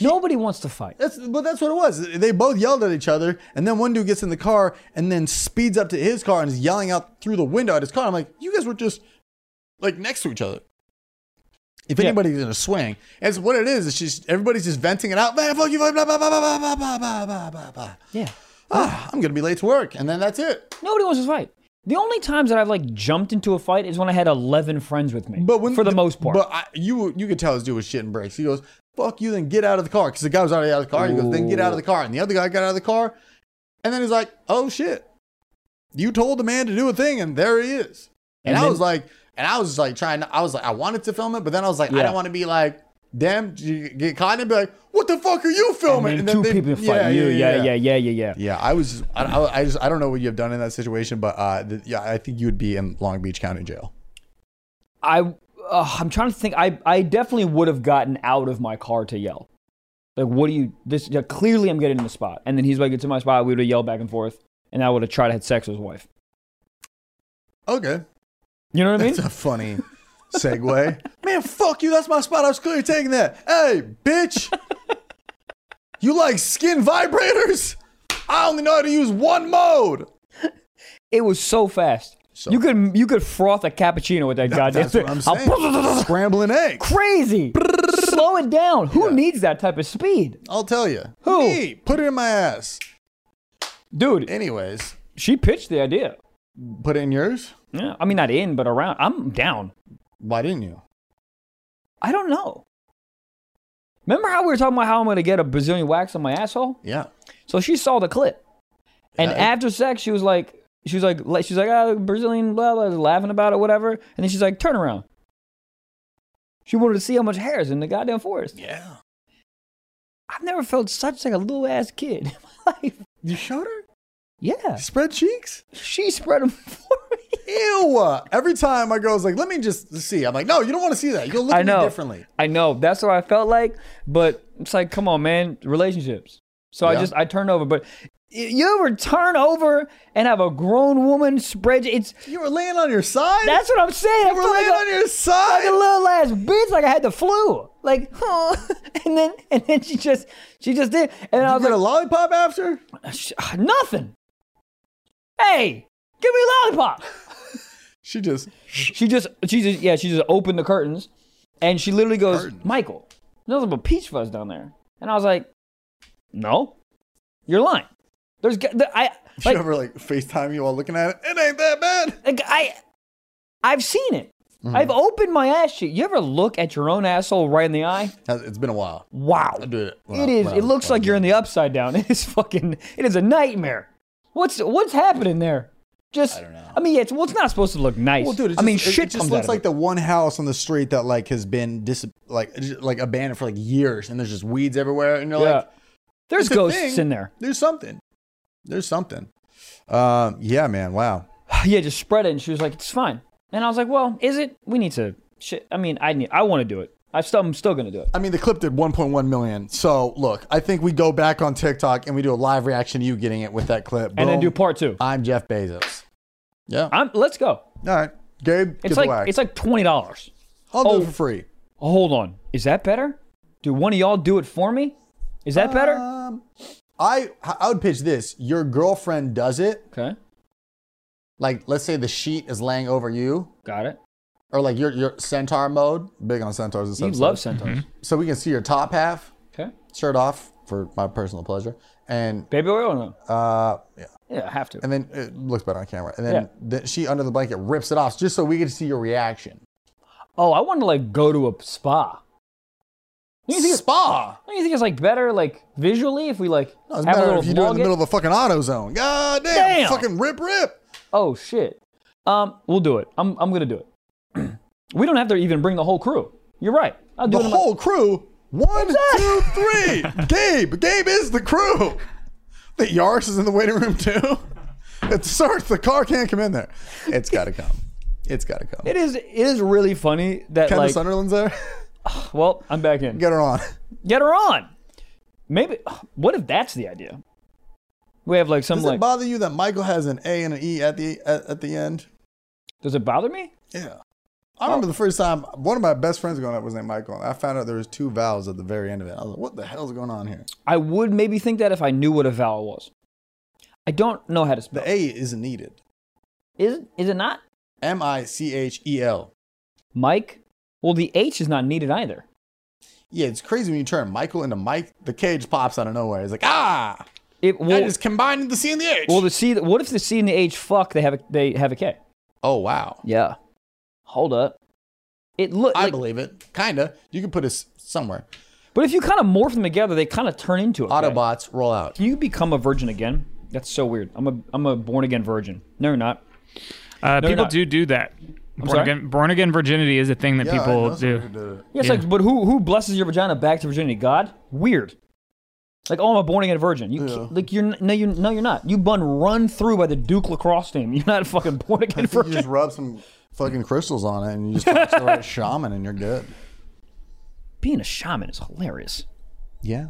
Nobody wants to fight. that's but that's what it was. They both yelled at each other, and then one dude gets in the car and then speeds up to his car and is yelling out through the window at his car. I'm like, you guys were just like next to each other. If Yeah. anybody's in a swing, it's what it is. It's just everybody's just venting it out. Man, fuck you, blah blah blah blah blah blah blah blah blah blah blah. Yeah. Ah, I'm gonna be late to work, and then that's it. Nobody wants to fight. The only times that I've like jumped into a fight is when I had 11 friends with me. But when for the most part, but I, you you could tell this dude was shitting bricks. He goes, "Fuck you, then get out of the car," because the guy was already out of the car. He goes, "Then get out of the car," and the other guy got out of the car, and then he's like, "Oh shit, you told the man to do a thing, and there he is." And, And I then- was like, and I was like trying, I was like, I wanted to film it, but then I was like, I Yeah. don't want to be like. Damn, you get caught and be like, what the fuck are you and filming? then And then two they- people fight you. yeah, yeah, yeah, yeah, yeah. yeah, I was. I, I, I just. I don't know what you've done in that situation, but uh, th- yeah, I think you would be in Long Beach County Jail. I uh, I'm trying to think. I I definitely would have gotten out of my car to yell. Like, what do you? This yeah, clearly I'm getting in the spot. And then he's like, "It's in my spot." We would have yelled back and forth, and I would have tried to have sex with his wife. Okay, You know what I mean? That's a funny segue. Man, fuck you. That's my spot. I was clearly taking that. Hey, bitch. you like skin vibrators? I only know how to use one mode. it was so fast. So- you could you could froth a cappuccino with that goddamn That's thing. what I'm I'll- saying. Scrambling egg. Crazy. Slow it down. Who Yeah. needs that type of speed, I'll tell you. Who? Me. Put it in my ass. dude? Anyways, She pitched the idea. put it in yours. Yeah, I mean not in, but around. I'm down. Why didn't you? I don't know. Remember how we were talking about how I'm gonna get a Brazilian wax on my asshole? Yeah. So she saw the clip, and Yeah. after sex, she was like, she was like, she's like, ah, Brazilian, blah blah, laughing about it, whatever. And then she's like, turn around. She wanted to see how much hair is in the goddamn forest. Yeah. I've never felt such like a little ass kid in my life. You showed her? Yeah, Spread cheeks? she spread them for me. Ew. Every time my girl's like, let me just see. I'm like, no, you don't want to see that. You'll look I at me know. differently. I know that's what I felt like, but it's like, come on, man, relationships. So I Yeah. just I turned over, but y- you ever turn over and have a grown woman spread? It's You were laying on your side? that's what I'm saying. I you were felt like laying a- on your side? like a little ass bitch, like I had the flu. Like, huh. and then and then she just she just did, and I You was get like, a lollipop after? "Sh- nothing. Hey, Give me a lollipop. She just She just, she just, yeah, she just opened the curtains, and she literally goes, Curtains? "Michael, there's nothing but peach fuzz down there." And I was like, "No, you're lying. There's, g- the- I, she like, ever like FaceTime you while looking at it. It ain't that bad. like, I, I've seen it. Mm-hmm. I've opened my ass cheek. You ever look at your own asshole right in the eye? Has- It's been a while. Wow, I did it. when it I- is. when I It was looks like young. you're in the upside down. It is fucking. It is a nightmare. What's what's happening there? Just. I don't know. mean, yeah, it's, well, it's not supposed to look nice. Well, dude, it's I mean, just- it- shit it just comes looks out like of the one house on the street that like has been dis- like j- like abandoned for like years, and there's just weeds everywhere, and it. you're Yeah. like, There's it's a ghosts thing. in there. there's something, there's something. Um, yeah, man, wow. yeah, just spread it. And she was like, it's fine. And I was like, well, is it? We need to. Shit. I mean, I need. I want to do it. I still, I'm still gonna do it. I mean, the clip did 1.1 million. So look, I think we go back on TikTok and we do a live reaction to you getting it with that clip, And then do Boom. part two. I'm Jeff Bezos. Yeah. I'm. Let's go. All right, Gabe. It's giveaway. like it's like twenty dollars. I'll do oh. it for free. Hold on. Is that better? Do one of y'all do it for me? Is that better? Um, I I would pitch this. Your girlfriend does it. Okay. Like, let's say the sheet is laying over you, Got it. or like your your centaur mode. Big on centaurs and You stuff. love centaurs. So we can see your top half, Okay. shirt off for my personal pleasure, and Baby oil or no? uh, yeah, Yeah, I have to. and then it looks better on camera. And then the, she under the blanket rips it off just so we can see your reaction. Oh, I want to like go to a spa. Don't you think, it's- Spa. don't you think it's like better like visually if we like No, it's have a better little if you do it in vlog the middle of a fucking auto zone. God damn, Damn. Fucking rip, rip. Oh shit. Um, we'll do it. I'm I'm gonna do it. we don't have to even bring the whole crew. You're right. I'll do The it. in my- whole crew. One, two, three. Gabe. Gabe is the crew. The Yaris is in the waiting room too. It's searched. The car can't come in there. It's got to come. It's got to come. it is it is really funny that Kendall like Sunderland's there. well I'm back in. Get her on. Get her on. Maybe what if that's the idea? We have like some Does like it bother you that Michael has an A and an E at the at, at the end? does it bother me? Yeah. I Oh. remember the first time one of my best friends growing up was named Michael, and I found out there was two vowels at the very end of it. I was like, "What the hell's going on here?" I would maybe think that if I knew what a vowel was. I don't know how to spell. The A isn't needed. Is is it not? M I C H E L. Mike? Well, the H is not needed either. Yeah, it's crazy when you turn Michael into Mike. The cage pops out of nowhere. It's like, ah, It I well, just combined the C and the H. well the C. What if the C and the H fuck? They have a they have a K. oh wow, Yeah. Hold up. It look. I Like, believe it. Kinda. You could put us somewhere. but if you kind of morph them together, they kind of turn into a K. Autobots roll out. Can you become a virgin again? That's so weird. I'm a I'm a born again virgin. No, you're not. Uh, people not. do do that. Born sorry? again, born again virginity is a thing that people do. Yes, like, but who who blesses your vagina back to virginity? God. Weird. Like, oh, I'm a born again virgin. You Yeah. can't, like you're n- no you no you're not. You've been run through by the Duke lacrosse team. You're not a fucking born again You virgin. just rub some fucking crystals on it, and you just talk to the right shaman, and you're good. Being a shaman is hilarious. Yeah.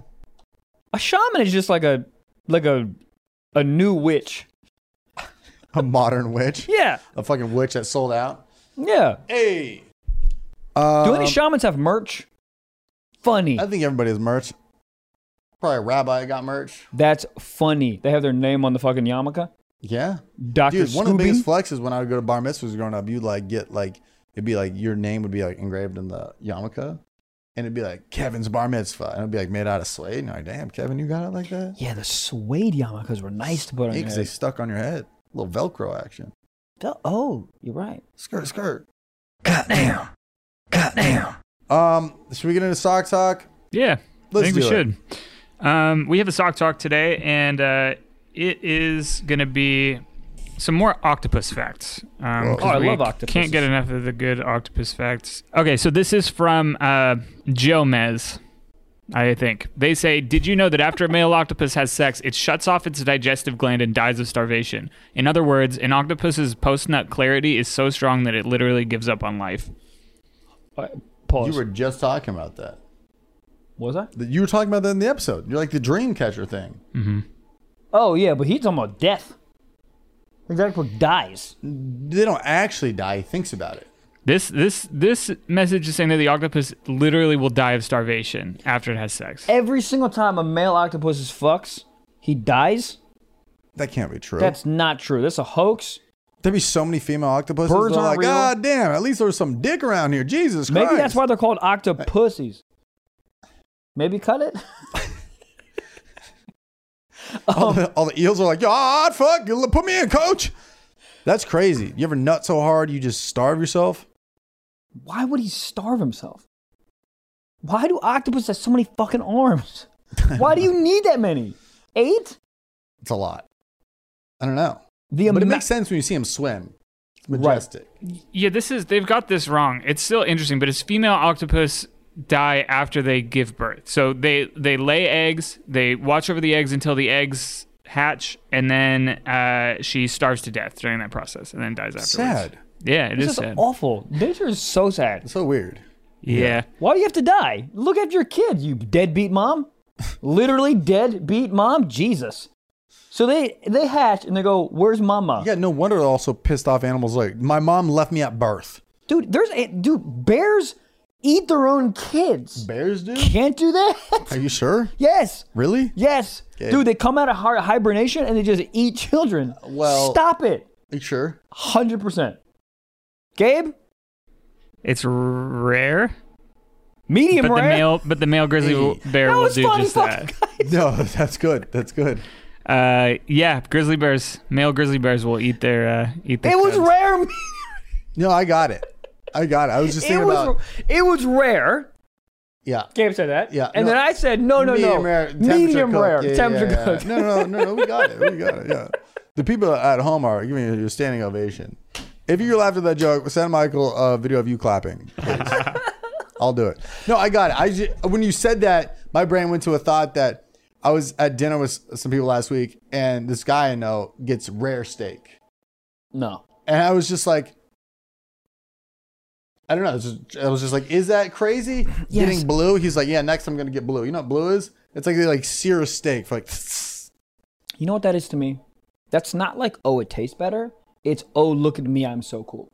A shaman is just like a like a a new witch. A modern witch. Yeah, A fucking witch that sold out. yeah. Hey. Do Um, any shamans have merch? Funny. I think everybody has merch. Probably rabbi got merch. That's funny. They have their name on the fucking yarmulke. Yeah. Doctor Dude, one of the Scooby. biggest flexes when I would go to bar mitzvahs growing up, you'd like get like it'd be like your name would be like engraved in the yarmulke, and it'd be like Kevin's bar mitzvah, and it'd be like made out of suede. And you're like, damn, Kevin, you got it like that? yeah, the suede yarmulkes were nice to put on Yeah, your because they head. stuck on your head. little Velcro action. Fel- Oh, you're right. Skirt, skirt. Goddamn. Goddamn. Um, should we get into sock talk? Yeah, Let's I think do we it. should. Um, we have a sock talk today, and uh, it is going to be some more octopus facts. Um, 'cause Oh, I we love Can't octopuses. get enough of the good octopus facts. Okay, so this is from uh, Jomez. I think they say. Did you know that after a male octopus has sex, it shuts off its digestive gland and dies of starvation? In other words, an octopus's post-nut clarity is so strong that it literally gives up on life. All right, Uh, pause. You were just talking about that. Was I? You were talking about that in the episode. You're like the dream catcher thing. Mm-hmm. Oh yeah, but he's talking about death. Exactly. Dies. They don't actually die. He thinks about it. This this this message is saying that the octopus literally will die of starvation after it has sex. Every single time a male octopus is fucks, he dies. That can't be true. That's not true. That's a hoax. There'd be so many female octopuses. Birds Birds are aren't like, real. God damn, at least there was some dick around here. Jesus Maybe Christ. that's why they're called octopussies. Maybe cut it. Oh, all, um, the, all the eels are like, God, fuck, you- put me in, coach. That's crazy. You ever nut so hard you just starve yourself? Why would he starve himself? Why do octopus have so many fucking arms? Why do you need that many? Eight? It's a lot. I don't know. The but it ama- makes sense when you see them swim. It's Right. majestic. Yeah, this is they've got this wrong. It's still interesting, but it's female octopus die after they give birth. So they they lay eggs, they watch over the eggs until the eggs hatch, and then uh, she starves to death during that process, and then dies afterwards. Sad. Yeah, it This is is sad. awful. Nature is so sad. It's so weird. yeah. Why do you have to die? Look after your kid, you deadbeat mom. Literally deadbeat mom. Jesus. So they they hatch and they go, "Where's mama?" Yeah, no wonder they're also pissed off animals like, my mom left me at birth. Dude, there's a, dude. Bears eat their own kids. Bears do? Can't do that. Are you sure? yes. Really? Yes. Okay. Dude, they come out of hi- hibernation and they just eat children. Well- stop it. Are you sure? 100%. Gabe, It's rare, medium but the rare. male but the male grizzly will- bear that will was do funny just fucking that. guys. No, that's good. That's good. Uh, yeah, grizzly bears, male grizzly bears will eat their uh, eat their. It was cubs. rare. No, I got it. I got it. I was just It thinking was, about it was rare. yeah. Gabe said that. Yeah, And no. then I said, no, no, no. medium rare, temperature medium cooked. rare. Yeah, yeah, temperature yeah, yeah. cooked. No, no, no, no, we got it. We got it. Yeah. The people at home are giving you your standing ovation. If you laughed at that joke, send Michael a video of you clapping. please. I'll do it. No, I got it. I ju- when you said that, my brain went to a thought that I was at dinner with s- some people last week, and this guy I know gets rare steak, No. and I was just like. I don't know. I was just, I was just like, is that crazy? Yes. Getting blue? He's like, yeah. Next, I'm gonna get blue. You know what blue is? It's like they like sear a steak for like. You know what that is to me? That's not like, oh, it tastes better. It's, oh, look at me, I'm so cool.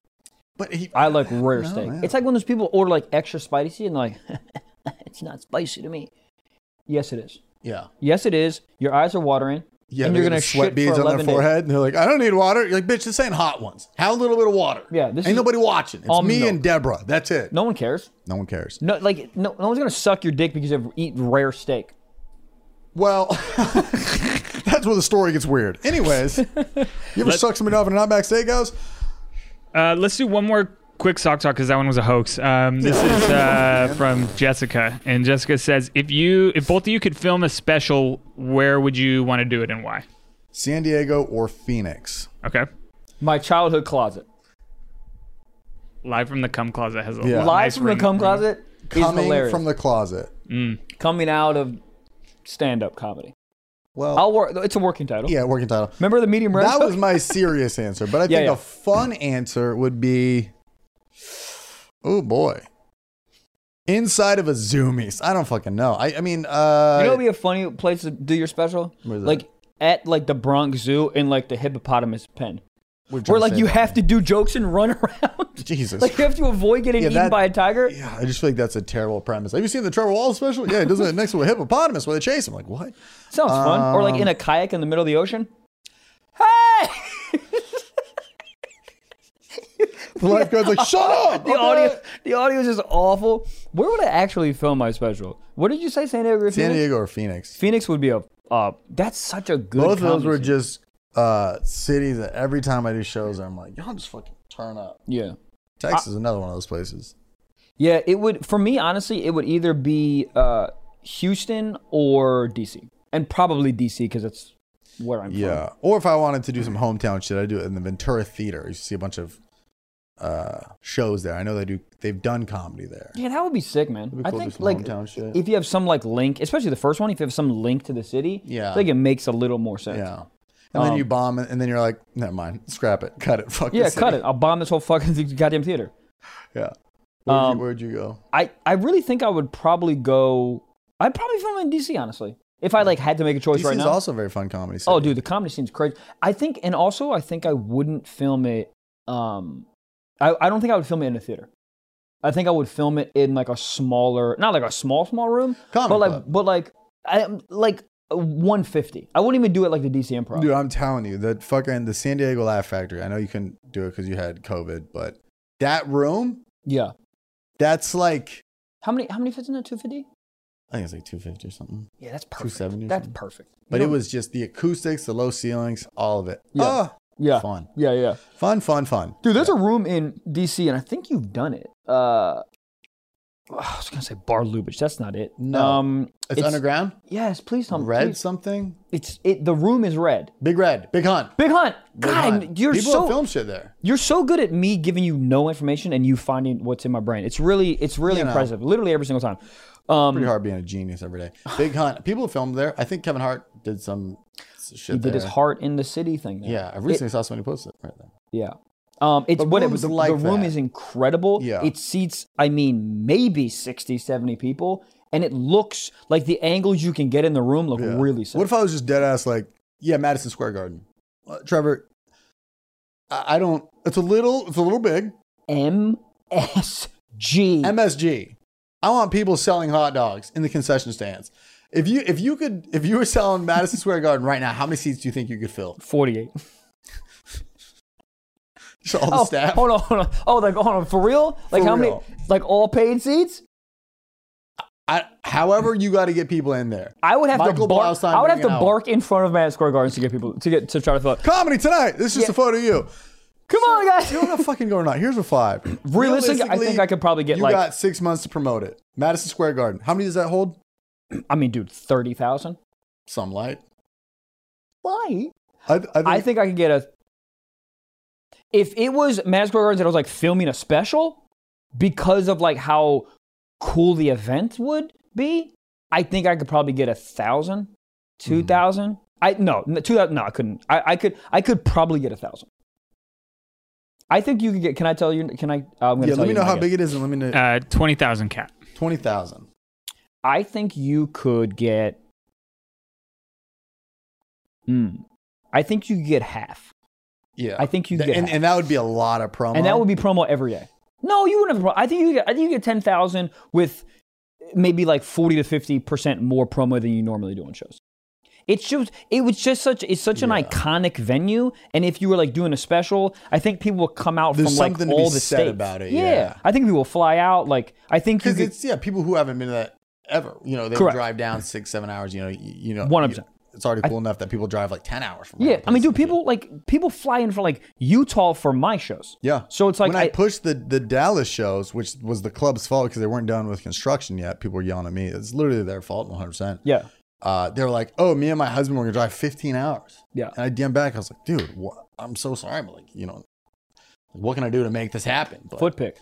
But he, I like rare No, steak. yeah. It's like when those people order like extra spicy and they're like, it's not spicy to me. Yes, it is. yeah, Yes, it is. Your eyes are watering. yeah. and they're you're gonna gonna sweat shit beads for on their 11 days. forehead, and they're like, "I don't need water." You're like, bitch, this ain't hot ones. Have a little bit of water. Yeah, this ain't is nobody watching. It's all me milk. and Deborah. That's it. No one cares. No one cares. No, like no, no one's gonna suck your dick because you eat rare steak. Well, that's where the story gets weird. Anyways, you ever suck somebody off in an Outback Steakhouse? Uh, let's do one more quick sock talk because that one was a hoax. Um, this is uh, from Jessica, and Jessica says, "If you, if both of you could film a special, where would you want to do it and why?" San Diego or Phoenix? Okay, My childhood closet, live from the cum closet has a Yeah. nice live from the ring- cum closet, is Coming hilarious. from the closet. Coming out of stand-up comedy. Well, I'll work. It's a working title. yeah, working title. Remember the medium rare? That was my serious answer, but I think yeah. a fun answer would be, oh boy, inside of a Zoomies. I don't fucking know. I, I mean, uh, You know, it'd be a funny place to do your special. Where's that? Like at like the Bronx Zoo in like the hippopotamus pen, we're trying where to like say you that. have to do jokes and run around. Jesus. like you have to avoid getting Yeah, eaten that- by a tiger. yeah, I just feel like that's a terrible premise. Have you seen the Trevor Wallace special? Yeah, it doesn't it next to a hippopotamus where they chase him. Like what? Sounds fun. Or like Um, in a kayak in the middle of the ocean. Hey! The lifeguard's like, shut up. The audio, the audio is just awful. Where would I actually film my special? What did you say, San Diego? or San Phoenix? Diego or Phoenix? Phoenix would be a. Uh, that's such a good. Both of those comedy were scene. just uh, cities that every time I do shows, I'm like, y'all just fucking turn up. Yeah. Texas is another one of those places. Yeah, it would for me honestly. It would either be uh, Houston or DC, and probably DC because that's where I'm from. Yeah. Or if I wanted to do some hometown shit, I do it in the Ventura Theater. You see a bunch of uh, shows there. I know they do. They've done comedy there. Yeah, that would be sick, man. It'd be I cool to do think some like hometown shit. if you have some like link, especially the first one, if you have some link to the city, Yeah. I think it makes a little more sense. Yeah. Um, And then you bomb, it, and then you're like, never mind, scrap it, cut it, fuck. Yeah, this cut city." it. I'll bomb this whole fucking goddamn theater. Yeah. Where'd, Um, you, where'd you go? I, I really think I would probably go. I'd probably film in DC, honestly. If I like had to make a choice DC right is now. also a very fun comedy. City. oh, dude, the comedy scene's crazy. I think, and also, I think I wouldn't film it. Um, I, I don't think I would film it in a theater. I think I would film it in like a smaller, not like a small, small room, Comedy but like, club. but like, I, like 150. I wouldn't even do it like the DC Improv. Dude, I'm telling you, the fucking the San Diego Laugh Factory. I know you couldn't do it because you had COVID, but that room, Yeah. that's like How many? How many fits in that? 250? I think it's like 250 or something. Yeah, that's perfect. 270 or That's something. perfect. You But it don't- was just the acoustics, the low ceilings, all of it. Yeah. Oh, yeah, fun, yeah, yeah. fun, fun, fun. Dude, there's a room in DC, and I think you've done it. Uh, I was gonna say Bar Lubitsch. That's not it. No. Um, It's, underground. Yes, please tell me. red please- something. It's it. The room is red. Big red. Big hunt. Big Hunt. Big God, Hunt. you're people so film shit there. you're so good at me giving you no information and you finding what's in my brain. It's really it's really You know. impressive. Literally every single time. Pretty Um, hard being a genius every day. Big hunt. People filmed there. I think Kevin Hart did some s- shit he did his there. heart in the city thing. there. Yeah, I recently saw somebody post it right there. Yeah. Um, it's But what it rooms was. The, like the room that. is incredible. Yeah. It seats, I mean, maybe 60, 70 people. And it looks like the angles you can get in the room look Yeah. really sick. What if I was just dead ass like, yeah, Madison Square Garden, Uh, Trevor? I, I don't. It's a little. It's a little big. MSG. MSG. I want people selling hot dogs in the concession stands. If you if you could if you were selling Madison Square Garden right now, how many seats do you think you could fill? 48. Just all the Oh, staff. hold on, hold on. Oh, like, hold on. For real? Like, For how real. many? Like, all paid seats? I, however, you got to get people in there. I would have Michael to bark. Blaustein I would have to bringing out- bark in front of Madison Square Gardens to get people to get to try to fill it. Comedy tonight. This is just Yeah. a photo of you. Come on, guys. You don't know fucking going on. Here's a five. Realistically, I think I could probably get you like, got six months to promote it. Madison Square Garden. How many does that hold? I mean, dude, 30,000? Some light. Why? I, I think, I think I could get a. If it was Madison Square Garden that was like filming a special, because of like how cool the event would be, I think I could probably get a thousand, Mm-hmm. two thousand. I no n- two thousand. No, I couldn't. I, I could. I could probably get a thousand. I think you could get. Can I tell you? Can I? uh, I'm gonna yeah, tell let me you know my how guess. big it is and let me know. Uh, 20,000 cap. 20,000. I think you could get. Hmm. I think you could get half, Yeah. I think you Th- get and, half. and that would be a lot of promo. and that would be promo every day. No, you wouldn't have. a promo. I think you. Get, I think you get ten thousand with maybe like forty to fifty percent more promo than you normally do on shows. It's just it was just such it's such an Yeah. iconic venue, and if you were like doing a special, I think people will come out There's from like something to be all the said states. about it, Yeah. yeah. I think people will fly out. Like I think you because could, it's yeah people who haven't been to that ever. You know, they Correct. drive down six seven hours. You know, you, you know, 100%. you- It's already cool enough that people drive like ten hours from. yeah. other I mean, places dude, and shit. people like people fly in for like Utah for my shows. Yeah. So it's like when I, I- pushed the the Dallas shows, which was the club's fault because they weren't done with construction yet. People were yelling at me. It's literally their fault, one hundred percent. Yeah, Uh, they were like, "Oh, me and my husband were gonna drive fifteen hours." yeah, And I DM back. I was like, "Dude, what? I'm so sorry, but like, you know, what can I do to make this happen?" But, foot pick.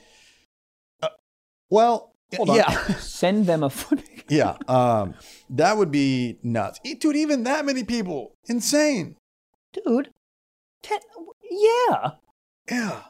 well, Hold on. yeah. Send them a foot pick. yeah um that would be nuts E- dude even that many people insane dude. Ten, yeah, yeah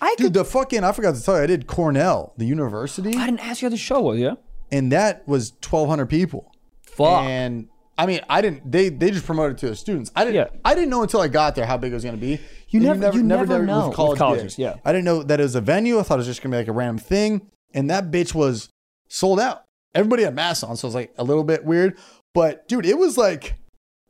I could. dude the fucking i forgot to tell you i did cornell the university I didn't ask you how the show was, yeah? and that was 1200 people Fuck. and i mean i didn't they they just promoted to the students i didn't Yeah. i didn't know until i got there how big it was going to be You And never- you never did know with colleges, gigs. yeah. i didn't know that it was a venue i thought it was just going to be like a random thing and that bitch was sold out everybody had masks on so it was like a little bit weird but dude it was like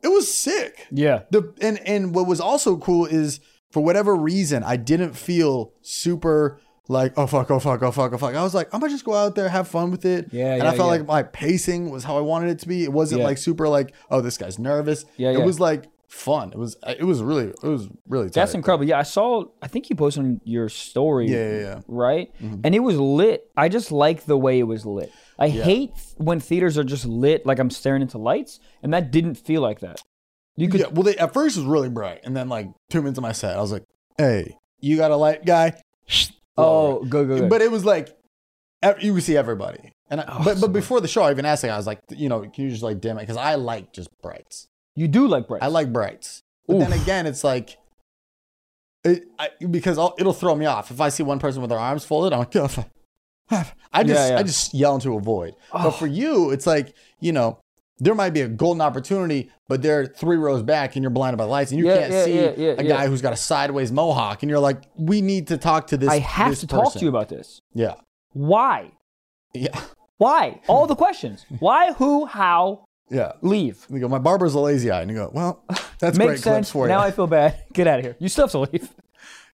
it was sick yeah. The and and what was also cool is for whatever reason I didn't feel super like oh fuck oh fuck oh fuck oh fuck. I was like I'm gonna just go out there have fun with it. Yeah, And yeah, I felt yeah. like my pacing was how I wanted it to be. It wasn't Yeah. like super like oh this guy's nervous. Yeah, It yeah. was like fun. It was it was really it was really. That's tight. incredible. Yeah, I saw, I think you posted on your story. Yeah, Mm-hmm. yeah, yeah. Right? And it was lit. I just like the way it was lit. I hate when theaters are just lit, like I'm staring into lights, and that didn't feel like that. You could, Yeah, well, they, at first it was really bright, and then like two minutes of my set, I was like, "Hey, you got a light guy?" oh, go, go, go. but it was like ev- you could see everybody. And I, Oh, but so but good. before the show, I even asked the guy, I was like, you know, can you just like dim it? Because I like just brights. you do like bright. I like brights. But then Oof. again, it's like. It, I, because I'll, it'll throw me off if I see one person with their arms folded. I'm like, "Oh, fuck." I just Yeah, yeah. I just yell into a void. Oh. But for you, it's like you know there might be a golden opportunity, but they're three rows back and you're blinded by lights and you Yeah, can't yeah, see yeah, yeah, yeah. a guy who's got a sideways mohawk and you're like, we need to talk to this. I have this to talk person." to you about this. Yeah, Why? yeah. Why? All the questions. Why, who, how, Yeah. Leave. And they go, my barber's a lazy eye. And you go, well, that's great Makes sense. clips for you. Now I feel bad. Get out of here. You still have to leave.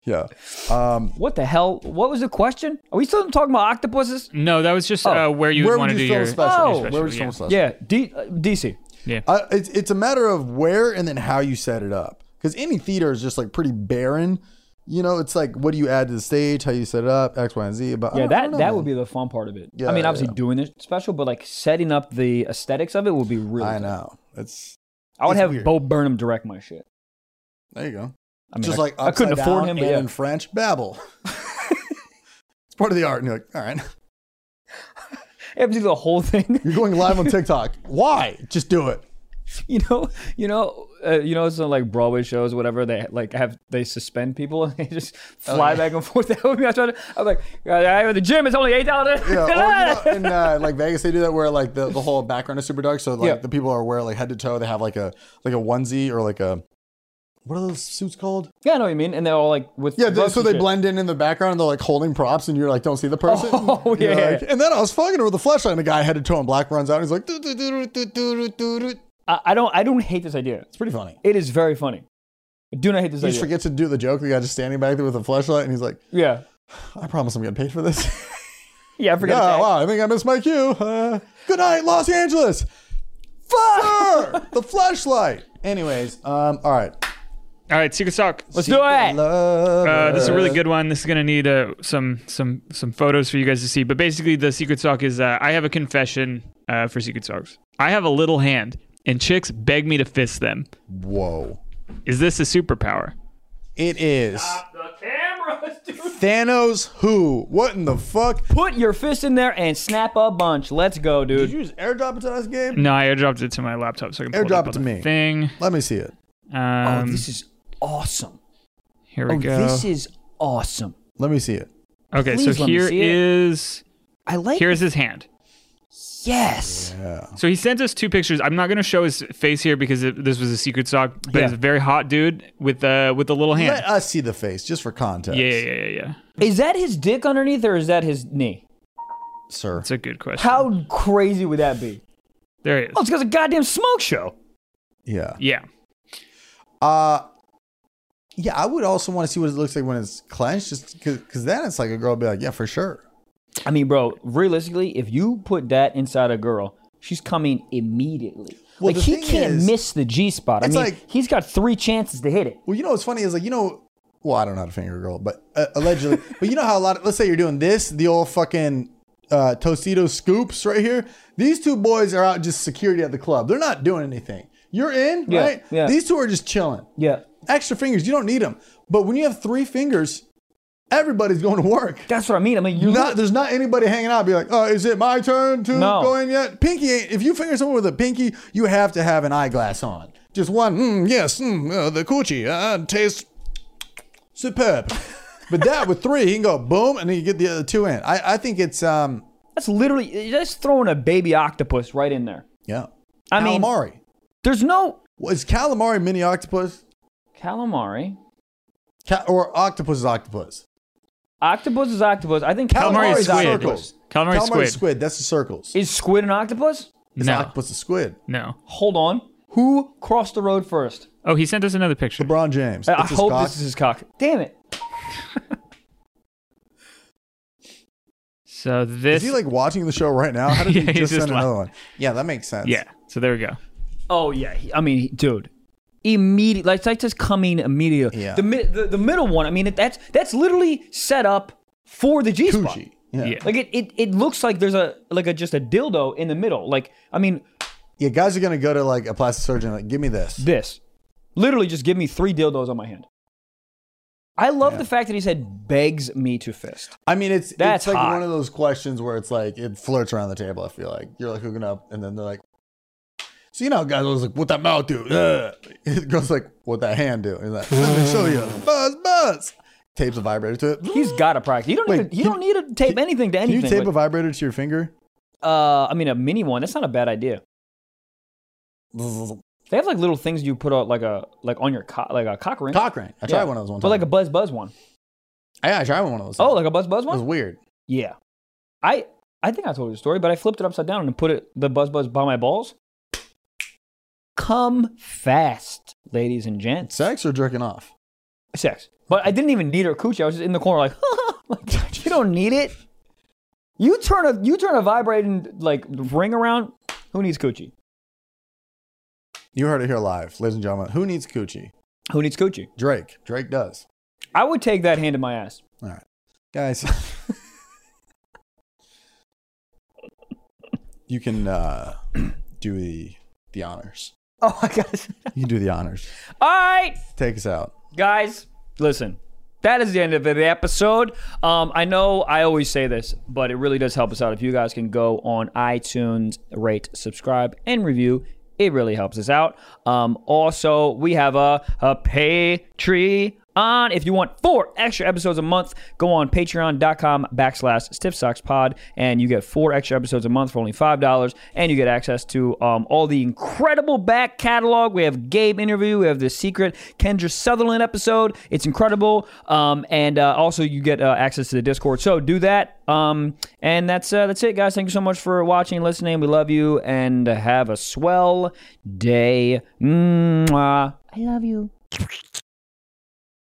yeah. Um, What the hell? What was the question? Are we still talking about octopuses? No, that was just uh, where you where would would want to you do film your. special? Oh. where would you film Yeah. special? Yeah, D, uh, DC. I, it's, it's a matter of where and then how you set it up. Because any theater is just like pretty barren. You know, it's like what do you add to the stage, how you set it up, X, Y, and Z. But I Yeah, don't- I that don't know, that man. would be the fun part of it. Yeah, I mean, yeah, obviously yeah. doing it special, but like setting up the aesthetics of it would be really. I cool. know. It's I would It's have weird. Bo Burnham direct my shit. there you go. I mean, just I, like I couldn't upside afford him, down but and yeah. in French babble. it's part of the art, and you're like, all right, I have to do the whole thing. you're going live on TikTok. Why? Just do it. you know, you know, uh, you know, some like Broadway shows, whatever. They like have they suspend people and they just fly Oh, yeah. back and forth. That would be. I try to. I'm like, I at the gym. It's only eight dollars. Yeah, or, you know, in uh, like Vegas, they do that where like the, the whole background is super dark. So like Yeah. the people are wearing like head to toe. They have like a like a onesie or like a what are those suits called? yeah, I know what you mean. And they're all like with Yeah, they, ropes so and they shit. blend in in the background. and They're like holding props, and you're like don't see the person. Oh, You're yeah. like, and then I was fucking her with a flashlight, and a guy head to toe in black runs out. And he's like, "Doo, doo, doo, doo, doo, doo, doo, doo." I, I don't. I don't hate this idea. it's pretty funny. It is very funny. I do not hate this He idea. just forgets to do the joke. The guy just standing back there with a flashlight, and he's like, yeah. I promise I'm getting paid for this. Yeah, I forgot. Yeah, to wow, I think I missed my cue. Uh, good night, Los Angeles. Sir, the flashlight. Anyways, um, all right. All right, Secret Sock. Let's do it. Uh, this is a really good one. This is gonna need uh, some some some photos for you guys to see. But basically, the secret sock is uh, I have a confession uh, for secret socks. I have a little hand, and chicks beg me to fist them. Whoa! Is this a superpower? It is Thanos. Who? What in the fuck? Put your fist in there and snap a bunch. Let's go, Did dude. you just airdrop it to us, Gabe? No, I airdropped it to my laptop, so I can pull Airdrop up it to on the me. Thing. Let me see it. Oh, Um, this is awesome. here we Oh, go. this is awesome. Let me see it. okay, please so let me here see it. is I like. here's his hand. yes. Yeah. So he sent us two pictures. I'm not going to show his face here because it, this was a secret sock, but Yeah. he's a very hot dude with uh with a little hand. Let us see the face, just for context. yeah, yeah, yeah, yeah. Is that his dick underneath or is that his knee? sir. That's a good question. How crazy would that be? There he is. Oh, it's because a goddamn smoke show. Yeah. Yeah. Uh yeah. I would also want to see what it looks like when it's clenched, just because then it's like a girl will be like, yeah, for sure. I mean, bro, realistically, if you put that inside a girl, she's coming immediately. Well, like the he thing can't is- miss the G spot. I It's mean, like- he's got three chances to hit it. Well, you know what's funny is like you know. Well, I don't know how to finger girl, but uh, allegedly. but you know how a lot. Of, let's say you're doing this, the old fucking uh, Tostito scoops right here. These two boys are out just security at the club. They're not doing anything. You're in, Yeah, right? yeah. These two are just chilling. Yeah, Extra fingers, you don't need them. But when you have three fingers, everybody's going to work. that's what I mean. I mean, you Not, there's not anybody hanging out. Be like, oh, is it my turn to No. go in yet? Pinky, ain't- if you finger someone with a pinky, you have to have an eyeglass on. Just one. Mm, yes, mm, uh, the coochie uh, tastes superb. but that with three, he can go boom, and then you get the other two in. I, I think it's um That's literally that's throwing a baby octopus right in there. yeah. I mean, calamari. there's no Well, is calamari mini octopus? calamari. Ca- or octopus is octopus. Octopus is octopus. I think Calamari calamari is is squid. octopus. Calamari Calamari squid. squid. That's the circles. Is squid an octopus? It's no. octopus is squid. No. Hold on. Who crossed the road first? Oh, he sent us another picture. LeBron James. I- I It's his hope cock. this is his cock. Damn it. So Is this. he like watching the show right now? How did Yeah, he he's just just send another one? Yeah, that makes sense. yeah. So there we go. Oh yeah. He- I mean, he- dude. Immediate, like that's just coming immediately. Yeah. The, mi- the the middle one. I mean, it, that's that's literally set up for the G spot. Gucci. Yeah. Yeah. yeah. Like it, it, it looks like there's a like a just a dildo in the middle. Like I mean, guys are gonna go to like a plastic surgeon, like, give me this. this. Literally, just give me three dildos on my hand. I love the fact that he said begs me to fist. I mean it's That's it's like hot. one of those questions where it's like it flirts around the table, I feel like. You're like hooking up and then they're like So you know guys always like, what that mouth do? Ugh." It goes like, what that hand do? And he's like, let me show you. Buzz buzz. Tapes a vibrator to it. He's got to practice. You don't Wait, need to, you can- don't need to tape anything to Can you anything. tape a with- vibrator to your finger? uh, I mean, a mini one. That's not a bad idea. They have like little things you put out like a like on your co- like a cock ring. Cock ring. I tried Yeah. one of those one time. But like a buzz buzz one. yeah, I tried one of those. Oh, like a buzz buzz it was one? weird. Yeah. I I think I told you the story, but I flipped it upside down and put it the buzz buzz by my balls. come fast, ladies and gents. Sex or jerking off? Sex. But I didn't even need her coochie. I was just in the corner like, like you don't need it. You turn a you turn a vibrating like ring around. Who needs coochie? You heard it here live, ladies and gentlemen. Who needs coochie? Who needs coochie? Drake. Drake does. I would take that hand in my ass. All right, guys. you can uh, do the the honors. Oh my gosh. You can do the honors. All right, Take us out. guys, listen. That is the end of the episode. Um, I know I always say this, but it really does help us out if you guys can go on iTunes, rate, subscribe, and review. It really helps us out. Um, also, we have a, a Patreon. If you want four extra episodes a month, go on patreon.com backslash stiff socks pod and you get four extra episodes a month for only $5 and you get access to um, all the incredible back catalog. We have Gabe interview, we have the secret Kendra Sutherland episode. It's incredible. Um, and uh, also you get uh, access to the Discord. So do that. Um, and that's uh, that's it, guys. Thank you so much for watching, and listening. We love you and have a swell day. Mwah. I love you.